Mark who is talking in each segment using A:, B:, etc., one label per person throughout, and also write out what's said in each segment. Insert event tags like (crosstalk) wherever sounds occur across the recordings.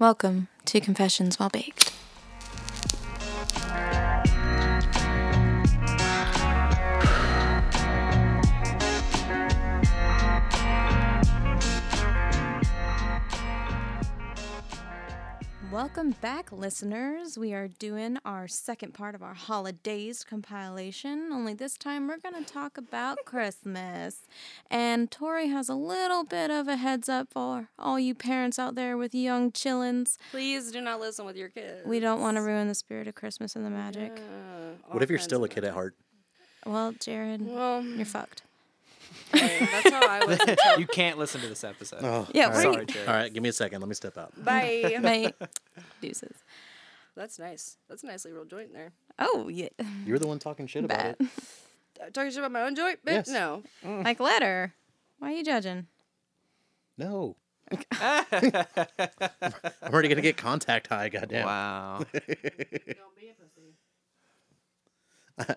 A: Welcome to Confessions While Baked. Welcome back, listeners. We are doing our second part of our holidays compilation, only this time we're going to talk (laughs) about Christmas. And Tori has a little bit of a heads up for all you parents out there with young chillins.
B: Please do not listen with your kids.
A: We don't want to ruin the spirit of Christmas and the magic.
C: What if you're still a kid at heart?
A: Well, Jared,
B: Well,
A: you're (laughs) fucked.
B: okay, that's how
A: (laughs)
B: I was.
D: you can't listen to this episode.
C: Oh.
A: Yeah,
D: Sorry,
A: right.
D: Jared.
C: All right, give me a second. Let me step out.
B: Bye.
A: (laughs) Mate. Deuces.
B: That's nice. That's a nicely rolled joint there.
A: Oh, yeah. (laughs)
C: You were the one talking shit about
A: Bad.
C: it.
B: Uh, Talking shit about my own joint, bitch?
C: Yes.
B: No.
A: Like letter. Why are you judging?
B: (laughs)
C: No. I'm already gonna get contact high. Goddamn.
D: Wow.
C: (laughs)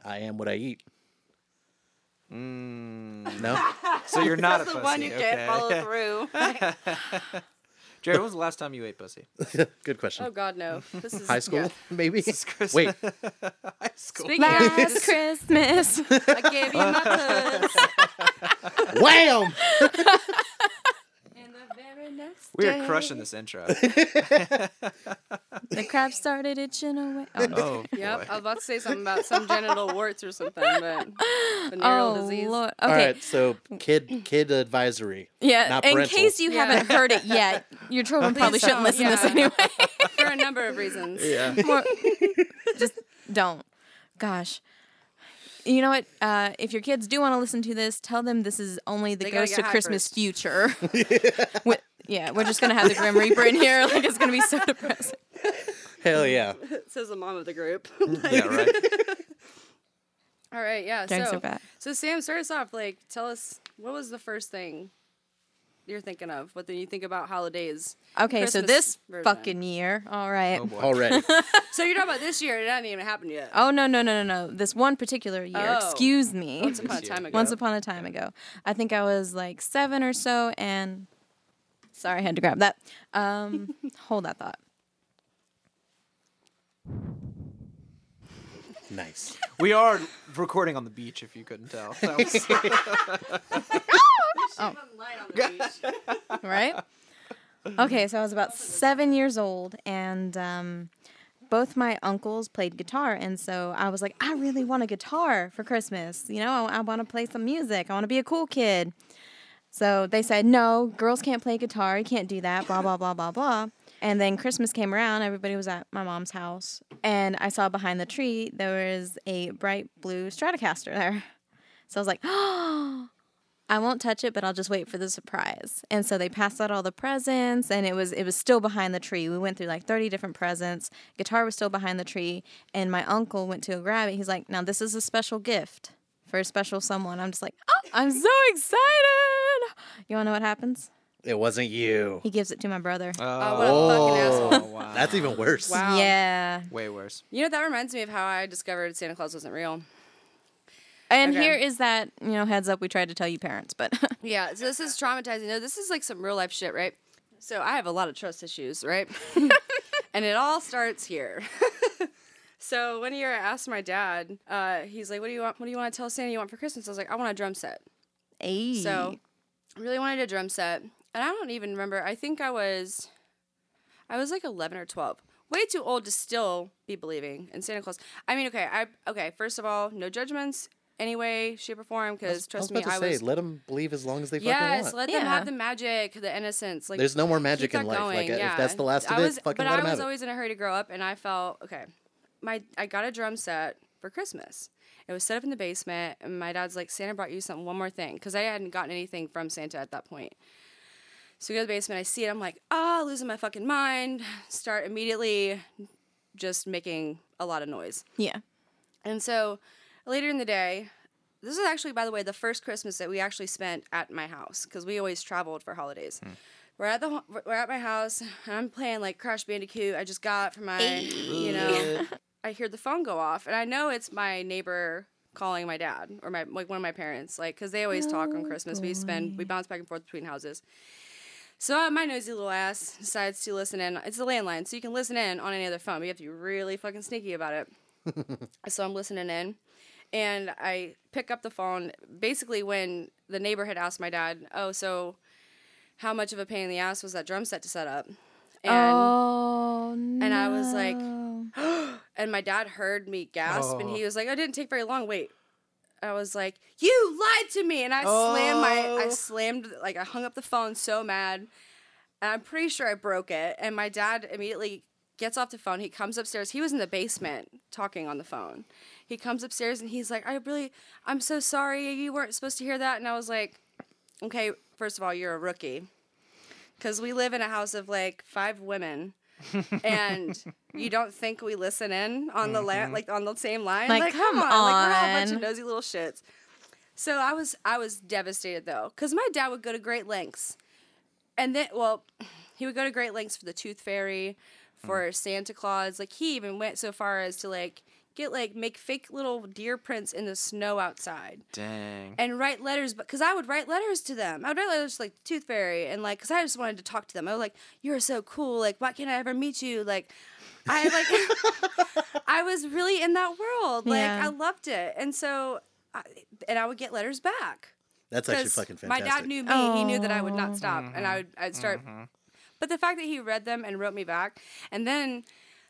C: I am what I eat.
B: Mm.
C: No.
D: So you're not a
B: That's
D: pussy.
B: the one you
D: okay.
B: can't
C: (laughs)
B: follow through.
D: Jared, when was the last time you ate pussy?
C: Good question.
B: oh God, no. This is
C: High school,
B: yeah.
C: (laughs) maybe.
B: (laughs)
D: Christmas.
C: Wait,
D: High school.
B: Speaking of,
A: Last
B: this,
A: Christmas.
B: (laughs) I
A: (laughs)
B: gave you my puss.
C: wham!
B: and the very next
D: We
B: day-
D: are crushing
C: (laughs)
D: this intro.
A: the crab started itching
B: (laughs)
A: away. Oh, no.
D: Oh,
B: Yep, I
D: boy.
B: was about to say something about some genital warts or something,
A: (laughs)
B: but venereal
A: Oh,
B: disease.
A: Lord.
C: All
A: Okay.
C: right, so kid kid advisory.
A: Yeah.
C: not
A: In
C: parental.
A: case you
B: Yeah.
A: haven't heard it yet, your children probably
B: Please
A: shouldn't
B: don't,
A: listen to this
B: yeah.
A: anyway.
B: (laughs) For a number of reasons.
C: Yeah.
A: More- just don't. Gosh. You know what? Uh, if your kids do want to listen to this, tell them this is only the
B: They gotta
A: Ghost
B: get
A: of
B: high
A: Christmas
B: first. (laughs)
A: future. (laughs) Wi- yeah, we're just gonna have the Grim Reaper in here. (laughs) Like it's gonna be
B: (laughs)
A: so depressing.
C: Hell yeah.
B: Says the mom of the
C: (laughs)
B: group.
D: yeah, right.
B: All right, yeah.
A: Jokes
B: so,
A: are bad.
B: so Sam, start us off. Like, tell us what was the first thing you're thinking of? What then you think about holidays?
A: Okay, so
B: Christmas
A: this
B: version.
A: fucking year. All right.
D: Oh, boy.
B: (laughs)
C: Already.
B: So you're talking about this year? It hasn't even happened yet.
A: Oh no no no no no! This one particular year.
B: Oh.
A: Excuse me.
B: Once upon a
D: This year.
B: time
A: (laughs)
B: ago.
A: Once upon a time ago, I think I was like seven or so, and sorry, I had to grab that.
B: (laughs)
A: Um, hold that thought.
C: nice.
D: We are recording on the beach, if you couldn't tell. That was-
C: (laughs)
B: Oh. (laughs)
A: right? Okay, so I was about seven years old, and um, both my uncles played guitar, and so I was like, I really want a guitar for Christmas. You know, I, I want to play some music. I want to be a cool kid. So they said, no, girls can't play guitar. You can't do that. Blah blah blah blah blah. And then Christmas came around. Everybody was at my mom's house, and I saw behind the tree there was a bright blue Stratocaster there. So I was like, oh. I won't touch it, but I'll just wait for the surprise. And so they passed out all the presents, and it was it was still behind the tree. We went through like thirty different presents. Guitar was still behind the tree, and my uncle went to grab it. He's like, "Now this is a special gift for a special someone." I'm just like, "Oh, I'm so excited!" You wanna know what happens?
C: It wasn't you.
A: He gives it to my brother.
B: Oh, what
D: Oh,
B: a fucking
D: oh,
B: asshole.
D: wow.
C: That's even worse.
B: Wow.
A: Yeah.
D: way worse.
B: You know that reminds me of how I discovered Santa Claus wasn't real.
A: And
B: Okay.
A: here is that you know heads up. We tried to tell you parents, but (laughs)
B: Yeah, so this is traumatizing. No, this is like some real life shit, right? So I have a lot of trust issues,
A: (laughs)
B: right? and it all starts here. (laughs) so one year I asked my dad, uh, he's like, "What do you want? What do you want to tell Santa you want for Christmas?" I was like, "I want a drum set."
A: Ayy.
B: So I really wanted a drum set, and I don't even remember. I think I was, I was like eleven or twelve. Way too old to still be believing in Santa Claus. I mean, okay, I okay. First of all, no judgments, any way, shape, or form. Because
C: I was
B: trust
C: about
B: me,
C: to
B: I
C: say,
B: was.
C: let them believe as long as they fucking
B: Yes,
C: want.
B: let them
A: Yeah.
B: have the magic, the innocence. Like
C: There's no more magic
B: keep
C: in
B: that
C: life. like
B: going,
C: if that's the last of
B: I was,
C: it, fucking
B: But
C: let
B: I
C: them
B: was
C: have
B: always in a hurry to grow up, and I felt okay. My I got a drum set for Christmas. It was set up in the basement, and my dad's like, "Santa brought you something, one more thing," because I hadn't gotten anything from Santa at that point. So we go to the basement. I see it. I'm like, ah, losing my fucking mind. Start immediately, just making a lot of noise.
A: yeah.
B: And so later in the day, this is actually, by the way, the first Christmas that we actually spent at my house because we always traveled for holidays. We're at the ho- we're at my house. And I'm playing like Crash Bandicoot. I just got from my you know. I hear the phone go off, and I know it's my neighbor calling my dad or my like one of my parents, like because they always talk on Christmas. We spend we bounce back and forth between houses. So uh, my nosy little ass decides to listen in. It's a landline, so you can listen in on any other phone, but you have to be really fucking sneaky about it. so I'm listening in, and I pick up the phone. Basically, when the neighbor had asked my dad, "Oh, so how much of a pain in the ass was that drum set to set up?" And
A: oh, no.
B: and I was like- and my dad heard me gasp, and he was like, "I didn't take very long." Wait, I was like, "You lied to me!" And I slammed my, I
D: Oh.
B: slammed like I hung up the phone so mad, and I'm pretty sure I broke it. And my dad immediately gets off the phone. He comes upstairs. He was in the basement talking on the phone. He comes upstairs and he's like, "I really, I'm so sorry. You weren't supposed to hear that." And I was like, "Okay, first of all, you're a rookie." Because we live in a house of like five women, and you don't think we listen in on the la- like on the same line?
A: Like, come
B: like we're all a bunch
A: on.
B: of nosy little shits. So I was I was devastated though, because my dad would go to great lengths, and then well, he would go to great lengths for the Tooth Fairy, for Santa Claus. Like he even went so far as to like get like make fake little deer prints in the snow outside
E: Dang.
B: and write letters because I would write letters to them. I would write letters to, like Tooth Fairy and like because I just wanted to talk to them. I was like, "You're so cool. Like, why can't I ever meet you?" Like, I like
C: (laughs)
B: (laughs) I was really in that world. Like,
A: Yeah.
B: I loved it, and so I, and I would get letters back
C: That's actually fucking
B: my
C: fantastic.
B: dad knew me. He knew that I would not stop, and I would I'd start. But the fact that he read them and wrote me back, and then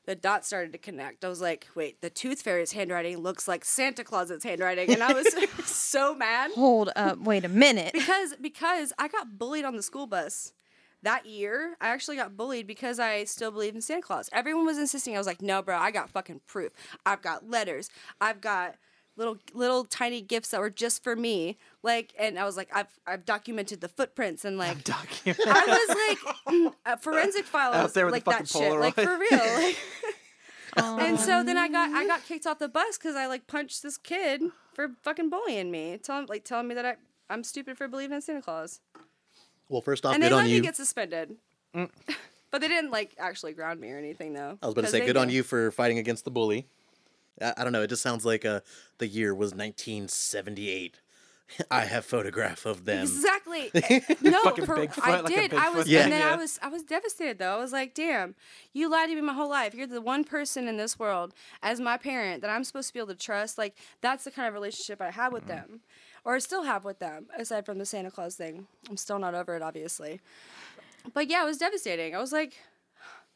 B: the dots started to connect. I was like, wait, the Tooth Fairy's handwriting looks like Santa Claus's handwriting, and I was (laughs) so mad
A: Hold up. Wait a minute.
B: (laughs) because because I got bullied on the school bus that year. I actually got bullied because I still believed in Santa Claus. Everyone was insisting. I was like, no, bro, I got fucking proof. I've got letters. I've got little little tiny gifts that were just for me. Like, and I was like, I've I've documented the footprints and like.
D: Document.
B: I was
D: (laughs)
B: like a forensic file
D: Out there with
B: like
D: the
B: that
D: fucking
B: shit, like
D: Polaroid.
B: for
D: (laughs)
B: real. Like,
A: Oh.
B: and so then I got I got kicked off the bus because I like punched this kid for fucking bullying me, telling like telling me that I I'm stupid for believing in Santa Claus,
C: Well, first off,
B: and they
C: good
B: let
C: on
B: me
C: you. Mm.
B: get suspended. (laughs) but they didn't like actually ground me or anything though.
C: I was about to
B: 'cause
C: say,
B: they
C: good on
B: knew.
C: you for fighting against the bully. I, I don't know. It just sounds like uh, the year was 1978. (laughs) I have photograph of them.
B: Exactly.
C: (laughs)
B: no,
D: Fucking
B: for,
D: Bigfoot,
B: I
D: like a
B: did. I was,
D: Bigfoot
C: Yeah.
B: and then I
D: yeah.
B: was, I was devastated though. I was like, "Damn, you lied to me my whole life. You're the one person in this world, as my parent, that I'm supposed to be able to trust. Like, that's the kind of relationship I had with
C: Mm-hmm.
B: them, or still have with them, aside from the Santa Claus thing. I'm still not over it, obviously. But yeah, it was devastating. I was like,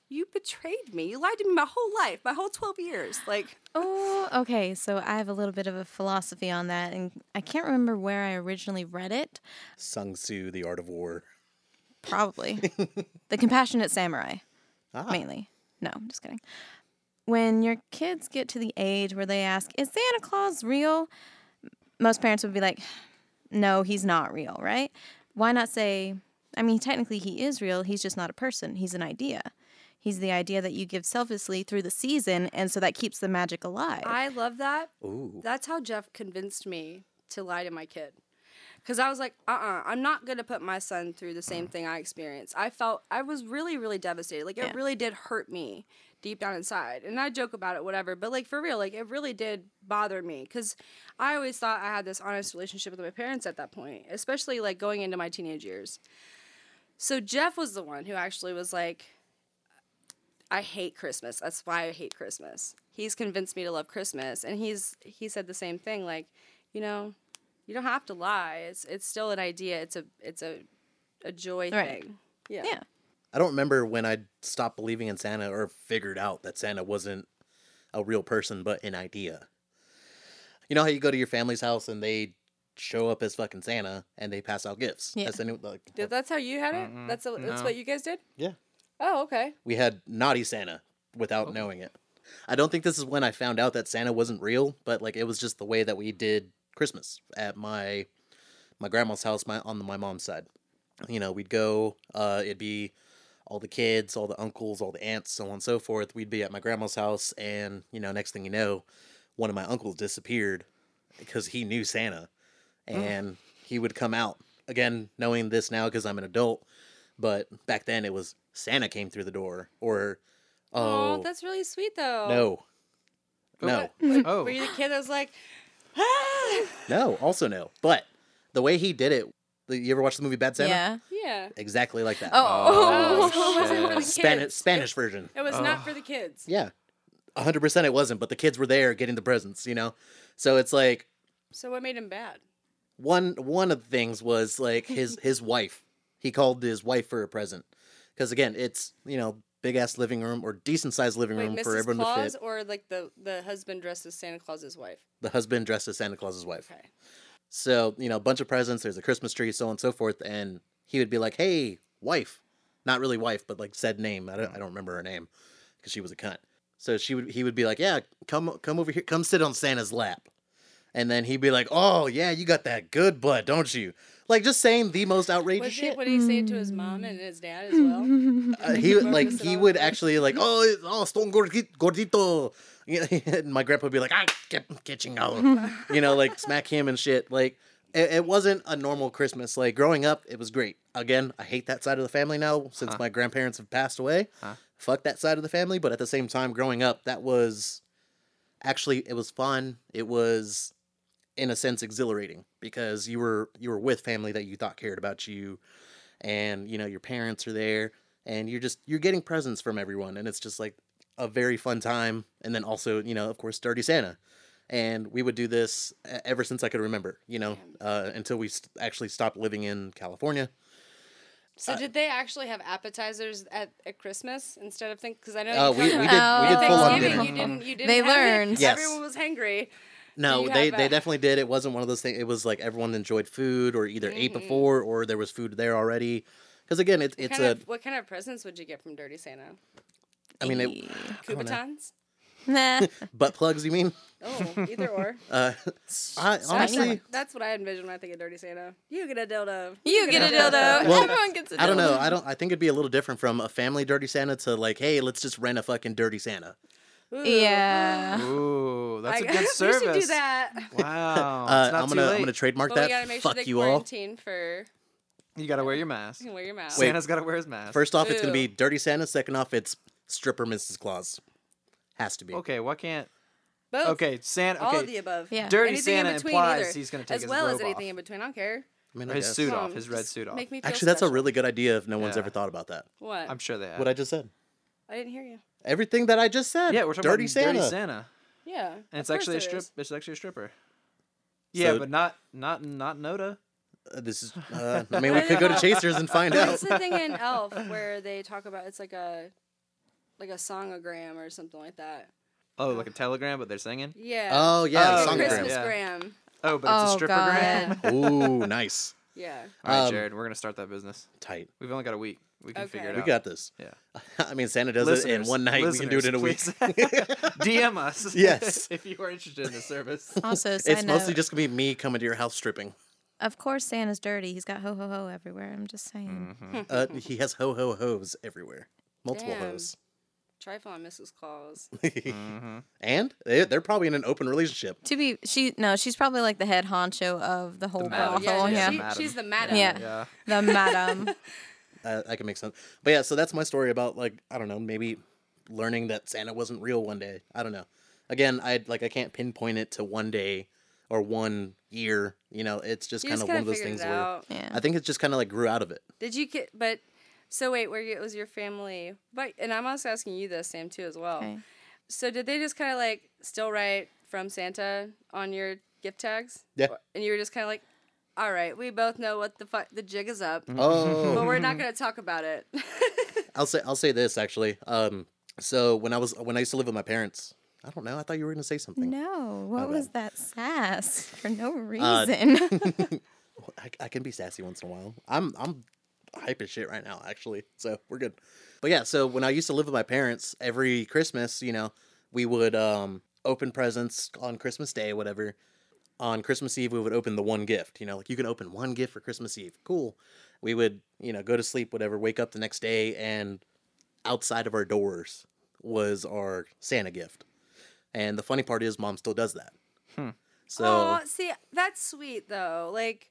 B: "You betrayed me. You lied to me my whole life, my whole 12 years. Like,
A: Oh, okay. So I have a little bit of a philosophy on that, and I can't remember where I originally read it.
C: Sung Tzu, The Art of War. (laughs)
A: Probably The Compassionate Samurai,
C: Ah.
A: mainly. No, I'm just kidding. When your kids get to the age where they ask, Is Santa Claus real? Most parents would be like, No, he's not real, right? Why not say, I mean, technically he is real. He's just not a person, he's an idea. He's the idea that you give selflessly through the season, and so that keeps the magic alive.
B: I love that
C: Ooh.
B: That's how Jeff convinced me to lie to my kid. Because I was like, uh uh-uh, uh, i am not going to put my son through the same thing I experienced. I felt, I was really, really devastated. Like, it
A: Yeah.
B: really did hurt me deep down inside. And I joke about it, whatever. But, like, for real, like, it really did bother me. Because I always thought I had this honest relationship with my parents at that point, especially like going into my teenage years. So, Jeff was the one who actually was like, I hate Christmas. That's why I hate Christmas. He's convinced me to love Christmas, and he's he said the same thing. Like, you know, you don't have to lie. It's it's still an idea. It's a it's a a joy
A: Right.
B: thing. Yeah.
A: yeah.
C: I don't remember when I stopped believing in Santa or figured out that Santa wasn't a real person but an idea. You know how you go to your family's house and they show up as fucking Santa and they pass out gifts.
A: Yeah.
C: That's the new- like,
B: Dude, that's how you had it.
E: Mm-mm,
B: that's a, that's
E: no.
B: what you guys did.
C: yeah.
B: Oh, okay.
C: We had naughty Santa without knowing it. I don't think this is when I found out that Santa wasn't real, but like it was just the way that we did Christmas at my my grandma's house, my on my mom's side. You know, we'd go. Uh, it'd be all the kids, all the uncles, all the aunts, so on and so forth. We'd be at my grandma's house, and you know, next thing you know, one of my uncles disappeared because he knew Santa, and he would come out again, knowing this now because I'm an adult. But back then, it was Santa came through the door, or
B: Oh,
C: oh,
B: that's really sweet though.
C: no, no,
D: (laughs) Oh.
B: Were you the kid that was like, ah!
C: No, also no. But the way he did it The, you ever watch the movie Bad Santa?
A: Yeah.
B: Yeah.
C: Exactly like that.
A: Oh.
B: Oh, (laughs) so it wasn't for the kids.
C: Spanish Spanish version.
B: It was not for the kids.
C: Yeah. 100% it wasn't, but the kids were there getting the presents, you know. So it's like
B: So what made him bad?
C: one one of the things was like his his wife. He called his wife for a present. Cuz again, it's, you know, big ass living room or decent sized living
B: Like
C: room for
B: Mrs.
C: everyone
B: Claus
C: to fit.
B: or like the the husband dressed as Santa Claus's wife.
C: The husband dressed as Santa Claus's wife.
B: Okay.
C: So, you know, a bunch of presents, there's a Christmas tree, so on and so forth. And he would be like, hey, wife. Not really wife, but like said name. I don't, I don't remember her name because she was a cunt. So she would, he would be like, yeah, come, come over here, come sit on Santa's lap. And then he'd be like, oh, yeah, you got that good butt, don't you? Like just saying the most outrageous
B: Was
C: shit.
B: it, would he say it to his mom and his dad as well?
A: (laughs)
C: Uh, he would
B: Remember
C: like
B: this at
C: he
B: all?
C: would actually like oh it's- oh stone gordi- gordito Yeah, (laughs) and my grandpa would be like I kept catching out you know like smack him and shit like it, it wasn't a normal Christmas like growing up it was great again I hate that side of the family now since my grandparents have passed away fuck that side of the family but at the same time growing up that was actually it was fun it was in a sense exhilarating because you were you were with family that you thought cared about you and you know your parents are there and you're just you're getting presents from everyone and it's just like a very fun time and then also you know of course dirty santa and we would do this e- ever since i could remember you know uh, until we st- actually stopped living in california
B: So did they actually have appetizers at, at Christmas instead of things? Because I know
C: Oh,
B: you
C: we, we did
B: come
C: we
A: Oh.
C: did full on
B: Thanksgiving,
C: dinner
B: you didn't you didn't
A: They
B: have it.
A: learned.
C: Yes.
B: Everyone was hungry.
C: No,
B: you
C: they,
B: have
C: they
B: a-
C: definitely did. It wasn't one of those things. It was like everyone enjoyed food or either
B: Mm-hmm.
C: ate before or there was food there already. Because again, it, it's
B: kind
C: a.
B: of, what kind of presents would you get from Dirty Santa?
C: I mean, it, (laughs)
B: Cubatons?
A: (laughs) Nah.
C: butt plugs. You mean?
B: Oh, either or.
C: Uh, (laughs) I, honestly,
B: that's what I envisioned when I think of Dirty Santa. You get a dildo.
A: You get a (laughs) dildo.
C: Well,
A: Everyone gets a dildo.
C: I don't know. I don't. I think it'd be a little different from a family dirty Santa to like, hey, let's just rent a fucking dirty Santa.
A: (laughs)
B: Ooh.
A: Yeah.
D: Ooh,
B: (laughs)
D: that's a
B: I-
D: good service.
B: we should do that.
D: Wow,
C: Uh,
D: it's not
C: I'm
D: too
C: gonna
D: late.
C: I'm gonna trademark
B: But we gotta
C: that.
B: make sure
C: Fuck
B: they
C: you all.
B: quarantine for
D: you gotta wear your mask.
B: you can wear your mask.
C: Wait.
D: Santa's gotta wear his mask.
C: First off, it's gonna be
B: Ew.
C: dirty Santa. Second off, it's stripper Mrs. Claus. Has to be.
D: okay, why can't?
B: Both.
D: Okay, Santa.
B: All of the
D: Okay,
B: above.
A: Yeah.
D: dirty
B: Anything
D: Santa
B: in between
D: implies
B: either.
D: he's gonna take
B: as
D: his
B: well
D: robe
B: as anything
D: off.
B: in between. I don't care.
C: I mean, I
D: his
C: guess.
D: suit
B: Come
D: off,
B: on,
D: his red
B: just
D: suit off.
B: Make me feel
C: Actually, that's a
B: special.
C: really good idea. If no one's
D: Yeah.
C: ever thought about that,
B: What?
D: I'm sure they have.
C: what I just said.
B: I didn't hear you.
C: Everything that I just said.
D: yeah, we're talking
C: dirty
D: about
C: Santa.
D: Dirty Santa,
B: Yeah.
D: and it's
B: of course
D: actually a
B: it
D: strip.
B: is.
D: It's actually a stripper. Yeah,
C: So-
D: but not not not Noda.
C: Uh, This is. Uh,
B: (laughs)
C: I mean, we could go to Chasers and find out.
B: It's the thing
D: (laughs)
B: in Elf where they talk about it's like a like a songogram or something like that.
D: Oh, like a telegram, but they're singing.
B: Yeah.
C: Oh yeah,
D: Oh,
C: songogram.
B: Christmas
D: Yeah.
B: gram.
D: Oh, but it's
A: Oh,
D: a stripper
A: God.
D: gram.
C: Ooh, nice,
B: Yeah.
D: (laughs) All right,
C: Um,
D: Jared, we're gonna start that business.
C: tight.
D: We've only got a week. We can figure it
B: Okay.
C: We
D: out.
C: got this. (laughs)
D: yeah.
C: I mean, Santa does it in
D: Listeners,
C: one night. We can do it in a week.
D: listeners,
C: (laughs)
D: please (laughs) DM us.
C: Yes.
D: if you are interested in the service.
A: (laughs) Also, side
C: It's mostly
A: note,
C: just gonna be me coming to your house stripping.
A: of course Santa's dirty. He's got ho ho ho everywhere. I'm just saying.
B: (laughs)
C: Uh, he has ho ho hoes everywhere, multiple
B: Damn.
C: hoes,
B: Trifle on Mrs. Claus.
C: Mm-hmm. and they, they're probably in an open relationship.
A: To be she no, she's probably like the head honcho of the whole brothel.
D: madam.
A: Yeah,
B: Oh, yeah,
D: Mm-hmm. yeah.
B: she-
D: Madam.
B: she's the madam.
A: Yeah.
D: Yeah.
A: the madam.
C: Uh, that can make sense. But yeah, so that's my story about like I don't know, maybe learning that Santa wasn't real one day. I don't know. Again, I like I can't pinpoint it to one day or one year. You know, it's just
B: You
C: kind
B: just
C: of one
B: kind
C: of
B: of
C: those
B: figured
C: things
B: it
C: where
B: out.
A: Yeah.
C: I think it's just kind of like grew out
B: (laughs)
C: of it.
B: Did you get? But so wait, where you, it was your family? But and I'm also asking you this, Sam, too, as well.
A: Okay.
B: So did they just kind of like still write from Santa on your gift tags?
C: Yeah.
B: Or- And you were just kind of like, all right, we both know what the fuck the jig is up,
C: Oh,
B: but we're not gonna talk about it.
C: I'll say I'll say this actually. Um, so when I was when I used to live with my parents, I don't know. I thought you were gonna say something.
A: No, what was that sass for no
C: Uh,
A: reason?
C: I, I can be sassy once in a while. I'm I'm hype as shit right now, actually. So we're good. But yeah, so when I used to live with my parents, every Christmas, you know, we would um open presents on Christmas Day, whatever. On Christmas Eve, we would open the one gift. You know, like you can open one gift for Christmas Eve. Cool. We would, you know, go to sleep, whatever. Wake up the next day, and outside of our doors was our Santa gift. And the funny part is, mom still does that. (laughs) So
B: oh, see, that's sweet though. Like,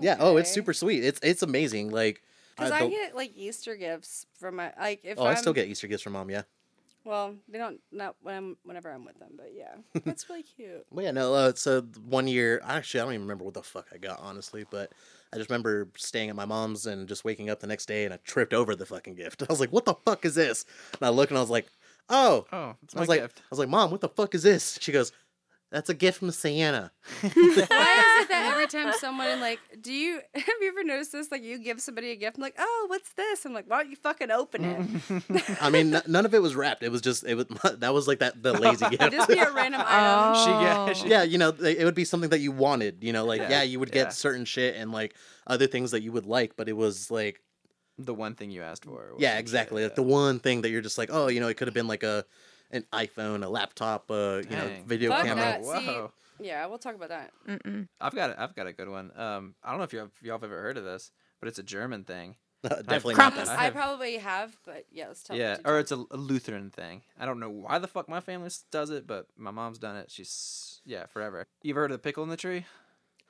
C: yeah. Oh, it's
B: Okay.
C: super sweet. It's it's amazing. Like
B: cause
C: I
B: I,
C: don't-
B: get like Easter gifts from my like if
C: oh,
B: I'm,
C: I still get Easter gifts from mom. Yeah.
B: Well, they don't not when I'm whenever I'm with them, but
C: (laughs)
B: yeah, that's really cute.
C: Well, yeah, no. Uh, so th- one year, actually, I don't even remember what the fuck I got, honestly, but I just remember staying at my mom's and just waking up the next day and I tripped over the fucking gift. (laughs) I was like, "What the fuck is this?" And I look and I was like, "Oh."
D: Oh, it's
C: I
D: my
C: was like,
D: gift.
C: I was like, "Mom, what the fuck is this?" She goes, "That's a gift from Sienna."
B: Why is it that every time someone like, do you (laughs) have you ever noticed this? Like, you give somebody a gift, I'm like, oh, what's this? I'm like, why don't you fucking open it?
C: I mean, n- none of it was wrapped. It was just it was (laughs) that was like that the lazy gift.
B: (laughs) Just be a random
A: (laughs)
B: item.
D: She yeah,
A: Oh.
D: she-
C: yeah, you know, they- it would be something that you wanted. You know, like yeah,
D: Yeah,
C: you would
D: yeah.
C: get certain shit and like other things that you would like, but it was like
D: (laughs) the one thing you asked for.
C: yeah, exactly. Like the one thing that you're just like, oh, you know, it could have been like a an iPhone, a laptop, uh, you know,
D: Dang.
C: video
B: Fuck
C: camera.
B: that.
D: Whoa.
B: see- Yeah, we'll talk about that.
A: Mm-mm.
D: I've got a, I've got a good one. Um, I don't know if y'all y'all have ever heard of this, but it's a German thing.
C: (laughs) Definitely not
A: Krampus.
B: (laughs)
C: that.
B: I,
D: have-
B: probably have, but yeah, let's talk.
D: yeah,
B: do talk.
D: or it's a, a Lutheran thing. I don't know why the fuck my family s- does it, but my mom's done it. She's yeah, forever. You've heard of the pickle in the tree?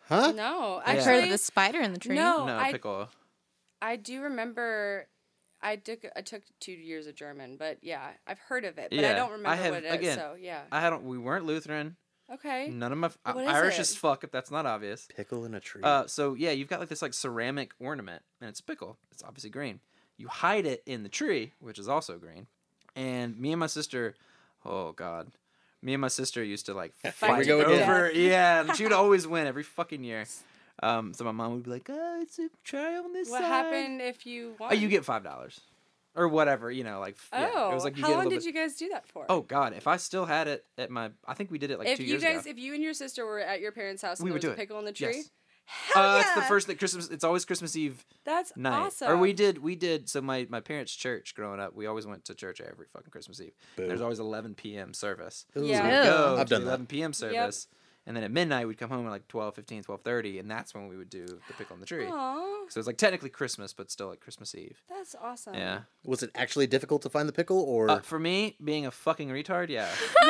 C: Huh?
B: no,
D: Yeah.
A: I've heard
B: actually,
A: of the spider in the tree.
B: no,
D: no,
B: Oh, I,
D: pickle.
B: I do remember. I took I took two years of German, but yeah, I've heard of it, but I
D: Yeah,
B: don't
D: I
B: remember
D: have-
B: what it is.
D: again,
B: So yeah,
D: I don't. We weren't Lutheran.
B: okay.
D: None of my f- I-
B: What is
D: Irish
B: it?
D: as fuck. If that's not obvious.
C: Pickle in a tree.
D: Uh, so yeah, you've got like this like ceramic ornament, and it's pickle. It's obviously green. You hide it in the tree, which is also green. And me and my sister, oh god, me and my sister used
C: (laughs)
D: to like fight
C: we go again.
D: over.
B: (laughs)
D: Yeah, and she would always win every fucking year. Um, so my mom would be like, "Oh, it's a try on this
B: What
D: side."
B: happened if you won?
D: Oh, you get five dollars, or whatever. You know, like f-
B: Oh,
D: yeah, it was like you
B: how
D: get a
B: long
D: little
B: did
D: bit-
B: you guys do that for?
D: Oh god, if I still had it at my, I think we did it like
B: if
D: two
B: you
D: years ago.
B: guys, if you and your sister were at your parents' house, and
D: We
B: there
D: would
B: was
D: do
B: a
D: it.
B: pickle in the tree.
D: Yes.
B: Hell
D: uh,
B: yeah!
D: it's the first that Christmas. It's always Christmas Eve
B: That's
D: night.
B: awesome.
D: Or we did, we did. So my my parents' church growing up, we always went to church every fucking Christmas Eve.
C: Boo.
D: There's always 11 p.m. service.
C: Ooh.
B: Yeah.
D: We'd go
C: I've
D: to
C: done
D: the
C: that.
D: 11 p.m. service, and then at midnight we'd come home at like 12, 15, 12:30, and that's when we would do the pickle on the tree.
B: Aw,
D: So it's like technically Christmas, but still like Christmas Eve.
B: that's awesome.
D: Yeah.
C: Was it actually difficult to find the pickle, or
D: Uh, for me, being a fucking retard, yeah,
B: (laughs)
D: (laughs)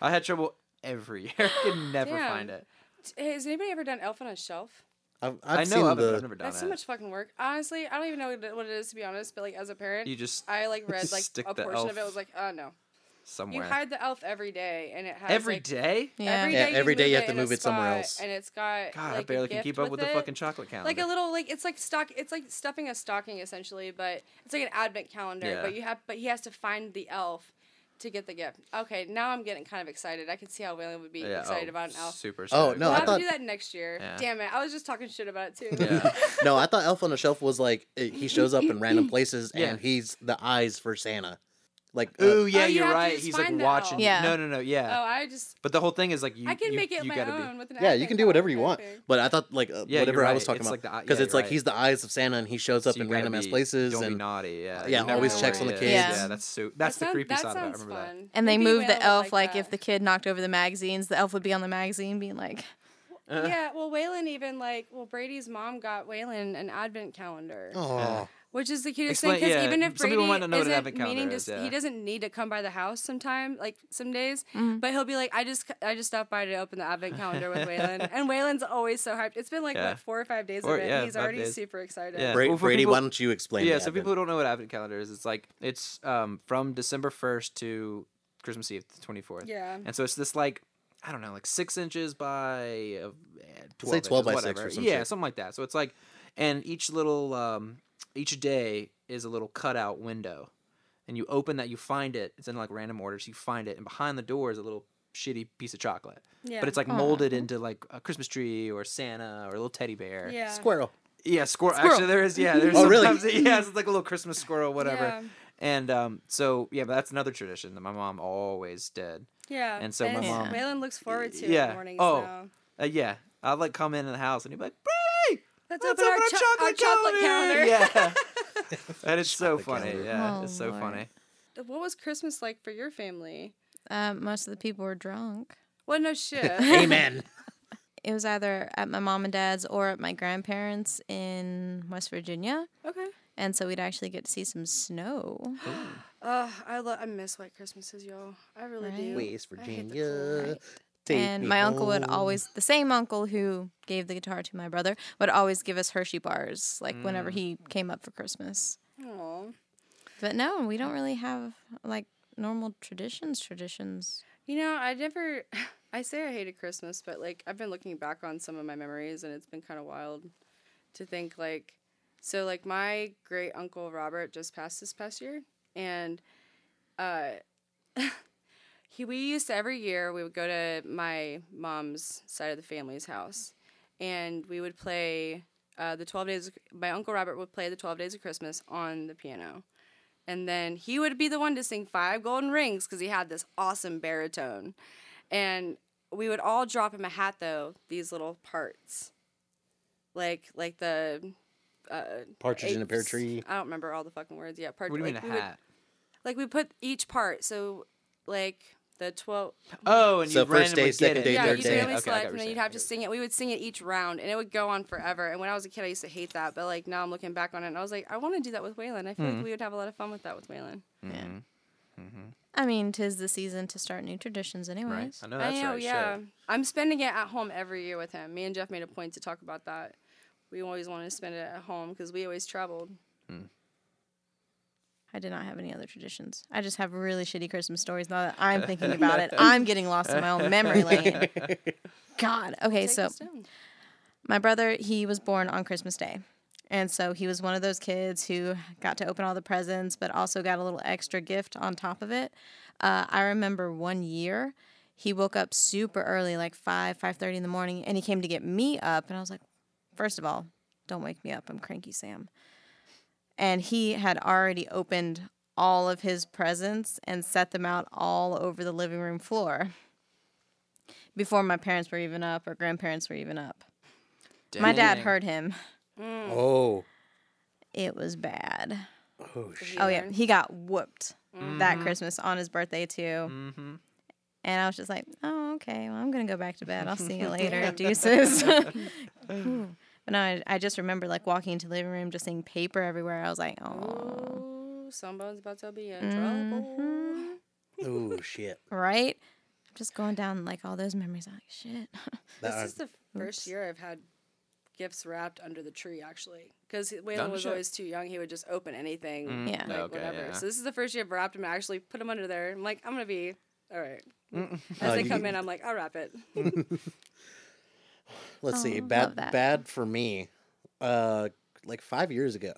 D: I had trouble every year. (laughs) I could never
B: Damn.
D: find it.
B: T- Has anybody ever done Elf on a Shelf?
C: I've,
D: i
C: I've
D: know
C: seen
D: of it,
C: the
D: but I've never done
B: That's
D: it.
B: so much fucking work. Honestly, I don't even know what it- what it is to be honest. But like as a parent,
D: You just
B: I like read like
D: stick
B: a
D: the
B: portion of it.
D: elf
B: Was like, oh no,
D: somewhere.
B: you hide the elf every day, and it has
D: every
B: like,
D: day.
A: Yeah.
B: Every
C: Yeah,
B: day,
C: every
B: you
C: day
B: move
C: you have
B: it
C: to
B: in a
C: move it somewhere
B: spot,
C: else.
B: and it's got
D: God,
B: like,
D: I
B: a
D: barely can
B: gift
D: keep up with, the
B: it.
D: fucking chocolate calendar.
B: like a little like it's like stock it's like stuffing a stocking essentially but it's like an advent calendar
D: Yeah.
B: but you have but he has to find the elf to get the gift okay now i'm getting kind of excited i can see how william would be
D: Yeah,
B: excited
D: oh,
B: about an elf
D: Super.
C: Oh,
D: excited
C: no,
B: we'll
C: I
D: about
B: have
D: it.
C: thought-
B: to do that next year
D: Yeah.
B: damn it i was just talking shit about it too
D: (laughs) Yeah.
C: (laughs) no? I thought Elf on a Shelf was like it, he shows up in
D: (laughs)
C: random places
D: Yeah.
C: and he's the eyes for Santa. Like, uh,
D: Ooh, yeah,
B: you
D: you're
B: have to
D: right.
B: just
D: He's like
B: find the
D: watching.
A: elf.
D: Yeah. No, no, no.
B: oh
D: Yeah.
B: i just
D: but the whole thing is like you.
B: i can
D: you,
B: make it
D: you
B: my
D: gotta
B: own with an
C: yeah, you
B: advent
C: can do whatever
B: calendar,
C: you
B: I
C: want.
B: think.
C: But I thought like uh,
D: Yeah, you're
C: whatever I was
D: right.
C: talking
D: It's
C: about
D: like the eye-
C: because
D: yeah,
C: it's
D: you're
C: like
D: right.
C: he's the eyes of Santa and he shows
D: Be,
C: up
D: so you
C: in
D: gotta
C: random ass
D: be-
C: places
D: Don't be
C: (laughs) and
D: naughty.
C: yeah,
D: Yeah. you never
B: always
D: know
B: checks
D: where
B: on
D: it
C: the
D: is.
A: kids.
D: Yeah, that's so. That's the
B: sound-
D: creepy
B: that
D: side of it. I
B: sounds
D: remember that.
B: fun.
A: And they
B: Maybe
A: moved
B: William
A: the
B: will
A: elf like, if
B: that.
A: the kid knocked over the magazines, the elf would be on the magazine being like,
B: (laughs)
D: Uh.
B: yeah well waylon even like well brady's mom got waylon an advent calendar
C: oh
B: Which is the cutest
D: Explain-
B: thing because
D: yeah,
B: even if
D: some
B: Brady
D: people might not know what an
B: isn't
D: advent calendar
B: meaning to,
D: is,
B: s- he
D: yeah.
B: doesn't need to come by the house sometime, like some days,
A: Mhm.
B: but he'll be like, I just c- I just stopped by to open the advent calendar with
D: (laughs)
B: Waylon, and Waylon's always so hyped. It's been like
D: Yeah.
B: what four or five days
D: Or-
B: of it.
D: yeah,
B: and he's
D: five
B: already
D: days.
B: super excited.
D: Yeah.
C: Bra-
D: Well, for
C: Brady,
D: people-
C: why don't you explain?
D: yeah,
C: the
D: so
C: advent?
D: people who don't know what advent calendar is, it's like it's um from December first to Christmas Eve, the twenty fourth.
B: Yeah.
D: And so it's this like I don't know, like six inches by uh, eh, twelve.
C: say 12
D: inches,
C: by six
D: whatever.
C: or some
D: Yeah,
C: shit.
D: something like that. So it's like, and each little um, each day is a little cutout window, and you open that, you find it. It's in like random order, so you find it, and behind the door is a little shitty piece of chocolate.
B: yeah.
D: But it's like molded into like a Christmas tree or Santa or a little teddy bear.
B: yeah.
A: (laughs)
C: squirrel.
D: Yeah, squirrel. Actually, there is. Yeah, there's
C: Oh, really?
D: sometimes. (laughs) Yeah, it's like a little Christmas squirrel, whatever.
B: Yeah.
D: And um, so yeah, but that's another tradition that my mom always did.
B: Yeah.
D: And so my
B: it's-
D: mom-
B: Waylon looks forward to it in
D: Yeah.
B: the mornings
D: Oh.
B: now.
D: Uh, yeah, I'd like come in the house and he'd be like, "Brady,
B: Let's,
D: let's
B: open, our, cho- our
D: chocolate,
B: chocolate calendar.
D: Yeah,
B: (laughs)
D: that is so
C: Chocolate
D: funny.
C: calendar.
D: Yeah,
A: Oh,
D: it's so
A: Lord.
D: funny.
B: What was Christmas like for your family?
A: uh, most of the people were drunk.
B: Well, no shit.
A: (laughs)
C: Amen.
A: It was either at my mom and dad's or at my grandparents in West Virginia.
B: okay.
A: And so we'd actually get to see some snow.
B: Oh, I lo- I miss white Christmases, y'all. I really do.
A: Right.
C: West
B: I hate the cold,
C: Virginia.
B: right?
C: take
A: and
C: me
A: my uncle would
C: home.
A: always, the same uncle who gave the guitar to my brother, would always give us Hershey bars, like whenever he came up for Christmas.
B: Aw.
A: But no, we don't really have like normal traditions, traditions.
B: You know, I never. (sighs) I say I hated Christmas, but like I've been looking back on some of my memories, and it's been kind of wild to think like. So like my great uncle Robert just passed this past year, and uh, (laughs) he we used to every year we would go to my mom's side of the family's house, and we would play uh, the Twelve Days. My uncle Robert would play the Twelve Days of Christmas on the piano and then he would be the one to sing five golden rings because he had this awesome baritone and we would all drop him a hat though these little parts like like the uh,
C: Partridge in a Pear
B: apes-
C: Tree.
B: i don't remember all the fucking words yeah part,
D: What do you
B: like,
D: mean
B: we
D: a
B: would- (laughs)
D: hat?
B: like we put each part so like the 12
D: Oh, and
C: So
D: you
C: first
D: randomly
C: day,
D: get
C: second
D: it.
C: day,
B: yeah,
C: third
B: you
C: day.
B: randomly
D: Okay, I got what
B: select,
D: you're
B: and then
D: saying.
B: you'd have to sing it. We would sing it each round, and it would go on forever. And when I was a kid, I used to hate that, but like now I'm looking back on it, and I was like, I want to do that with Waylon. I feel
D: Hmm.
B: like we would have a lot of fun with that with Waylon.
A: Yeah. I mean, 'tis the season to start new traditions,
D: Right.
A: anyways.
C: Oh,
D: I know that's
B: I know,
D: right. shit.
B: yeah. I'm spending it at home every year with him. Me and Jeff made a point to talk about that. We always wanted to spend it at home because we always traveled.
A: I did not have any other traditions. I just have really shitty Christmas stories now that I'm thinking about it. I'm getting lost in my own memory lane. God. Okay,
B: Take
A: so
B: us down.
A: my brother, he was born on Christmas Day. And so he was one of those kids who got to open all the presents, but also got a little extra gift on top of it. Uh, I remember one year he woke up super early, like five, five thirty in the morning, and he came to get me up, and I was like, first of all, don't wake me up. I'm cranky, Sam. And he had already opened all of his presents and set them out all over the living room floor before my parents were even up or grandparents were even up. My dad
D: Dang.
A: heard him. mm.
C: Oh.
A: It was bad.
C: Oh, shit.
A: Oh yeah, he got whooped that Christmas on his birthday too.
D: Mm-hmm.
A: And I was just like, oh okay, well I'm gonna go back to bed. I'll see you (laughs) later, deuces. Ooh. but no, I, I just remember like walking into the living room, just seeing paper everywhere. I was like, oh,
B: Ooh, Somebody's about to be in
A: Mm-hmm.
B: trouble.
C: Oh, shit.
A: right. I'm just going down like all those memories. I'm like, shit. (laughs)
C: That-
B: This is the first year I've had gifts wrapped under the tree, actually. Because
D: Oh,
B: Waylon was
D: shit.
B: always too young. He would just open anything,
C: Mm-hmm.
A: Yeah.
B: like
D: Okay,
B: whatever.
D: yeah.
B: So this is the first year I've wrapped them. I actually put them under there. I'm like, I'm gonna be all right. As
C: Oh,
B: they
C: you-
B: come in, I'm like, I'll wrap it.
C: let's see
A: Oh, love
C: bad
A: that.
C: bad for me uh like five years ago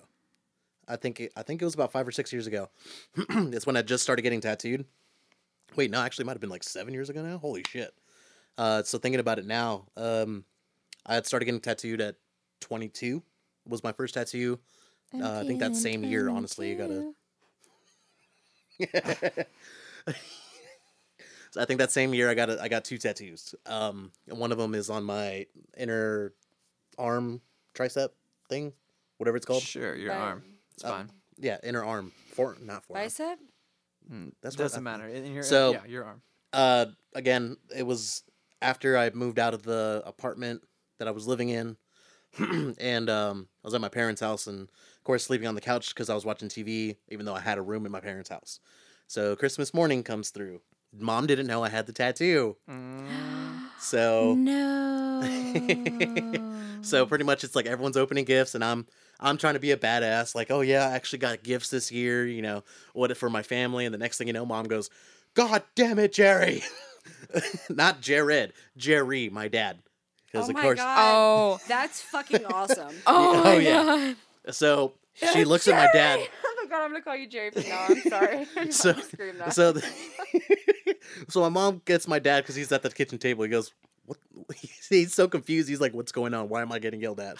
C: i think it, i think it was about five or six years ago (clears throat) it's when i just started getting tattooed wait no actually it might have been like seven years ago now holy shit uh so thinking about it now um i had started getting tattooed at 22 was my first tattoo uh, i think that same year honestly you (gasps)
A: (gasps)
C: gotta So I think that same year I got a, I got two tattoos. Um, and one of them is on my inner arm tricep thing, whatever it's called.
D: Sure, your
B: But-
D: arm. It's fine.
C: Yeah, inner arm, for not forearm.
B: Bicep.
C: That's what
D: Doesn't
C: I-
D: matter. In your,
C: So-
D: yeah, your arm.
C: Uh, again, it was after I moved out of the apartment that I was living in, (clears throat) and um, I was at my parents' house, and of course sleeping on the couch because I was watching TV, even though I had a room in my parents' house. So Christmas morning comes through. Mom didn't know I had the tattoo,
D: Mm.
C: so
A: No.
C: Oh. (laughs) So pretty much it's like everyone's opening gifts and I'm I'm trying to be a badass like oh yeah I actually got gifts this year you know what for my family and the next thing you know mom goes god damn it Jerry (laughs) not Jared Jerry my dad because
B: Oh
C: of
B: my
C: course
B: god.
A: oh.
B: That's fucking awesome.
A: Oh, my
C: (laughs) Oh, yeah.
A: God. (laughs)
C: so she looks at my dad
B: (laughs) oh my god, I'm gonna call you Jerry from now. I'm sorry. (laughs) I'm
C: so
B: gonna scream that.
C: so (laughs) the- so my mom gets my dad because he's at the kitchen table he goes what (laughs) he's so confused he's like what's going on why am i getting yelled at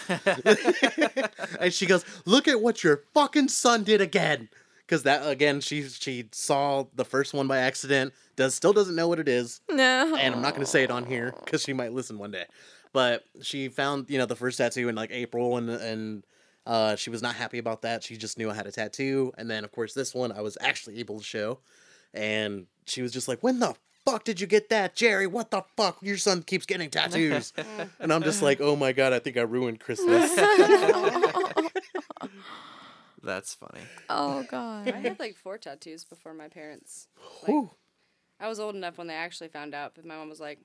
C: and she goes look at what your fucking son did again because that again she she saw the first one by accident does still doesn't know what it is
A: No.
C: and i'm not going to say it on here because she might listen one day but she found you know the first tattoo in like april and and uh, she was not happy about that she just knew i had a tattoo and then of course this one i was actually able to show and she was just like when the fuck did you get that jerry what the fuck your son keeps getting tattoos and i'm just like oh my god i think i ruined christmas
D: That's funny.
B: (laughs)
A: Oh
B: I
A: God.
B: had like four tattoos before my parents.
C: Whew.
B: I was old enough when they actually found out, but my mom was like,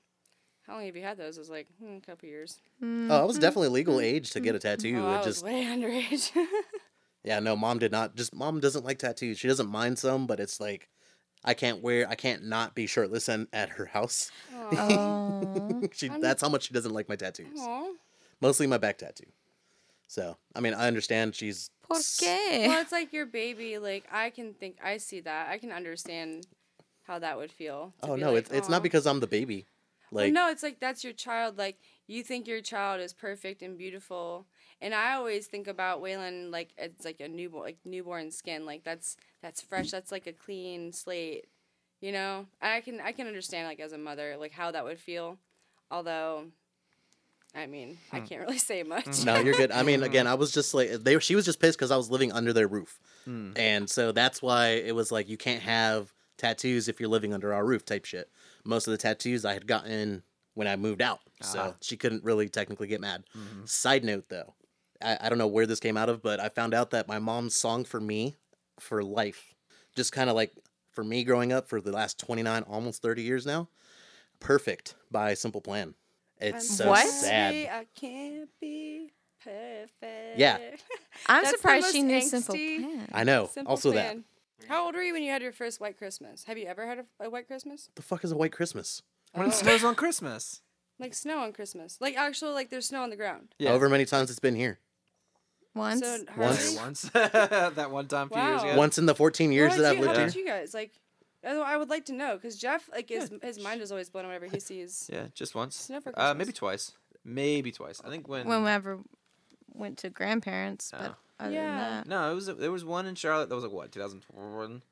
B: "How long have you had those?" I was like, hmm, "A couple years."
A: Mm.
C: Oh, I was definitely legal age to get a tattoo.
B: oh, I
C: it
B: was
C: just
B: way (laughs)
C: (laughs)
B: underage.
C: yeah, no, mom did not. Just mom doesn't like tattoos. She doesn't mind some, but it's like I can't wear I can't not be shirtless and at her house. (laughs)
B: Aw.
A: Oh.
C: she
B: I'm-
C: that's how much she doesn't like my tattoos.
B: Aw.
C: Mostly my back tattoo. So I mean I understand she's
A: (laughs) Por
C: s-
A: qué?
B: well, it's like your baby. Like I can think, I see that. I can understand how that would feel. to
C: Oh
B: be
C: no,
B: like,
C: it's it's not
B: "Aw."
C: because I'm the baby.
B: Well,
C: Like
B: no, it's like that's your child. Like you think your child is perfect and beautiful, and I always think about Waylon like it's like a newborn, like newborn skin. Like that's that's fresh. That's like a clean slate. You know, I can I can understand like as a mother like how that would feel, although, I mean I can't really (laughs) say much.
C: Hmm. No, you're good. I mean, again, I was just like they. She was just pissed because I was living under their roof,
D: Mm.
C: and so that's why it was like you can't have tattoos if you're living under our roof type shit. Most of the tattoos I had gotten when I moved out, so
D: Ah.
C: she couldn't really technically get mad.
D: Mhm.
C: Side note, though, I, I don't know where this came out of, but I found out that my mom's song for me, for life, just kind of like for me growing up for the last 29, almost 30 years now, perfect by Simple Plan. It's so
A: What?
C: sad.
B: Honestly, I can't be perfect. (laughs)
A: I'm
B: That's the
A: surprised she
B: most
A: knew Simple
B: angsty-
A: Plan.
C: I know. also that.
B: plan. How old were you when you had your first white Christmas? Have you ever had a, a white Christmas?
C: the fuck is a white Christmas?
D: When it
B: Oh.
D: snows on Christmas.
B: Like snow on Christmas. Like actually, like there's snow on the ground.
D: Yeah.
C: However many times it's been here.
A: Once.
B: So
C: Once.
B: Harley,
D: Once. that one time a few years
B: Wow.
D: ago.
C: Once in the 14 years
B: how
C: that
B: did
C: I've
B: you,
C: lived
B: how
C: here.
B: did you guys like? I don't- I would like to know because Jeff, like his his mind is always blown whenever he sees.
D: Yeah, just once.
B: Snow for
D: uh,
B: Christmas.
D: maybe twice. Maybe twice. I think when.
A: Whenever went to grandparents, but
D: Oh.
A: other
B: Yeah.
A: than that.
D: no, it was there was one in Charlotte that was like what 2001,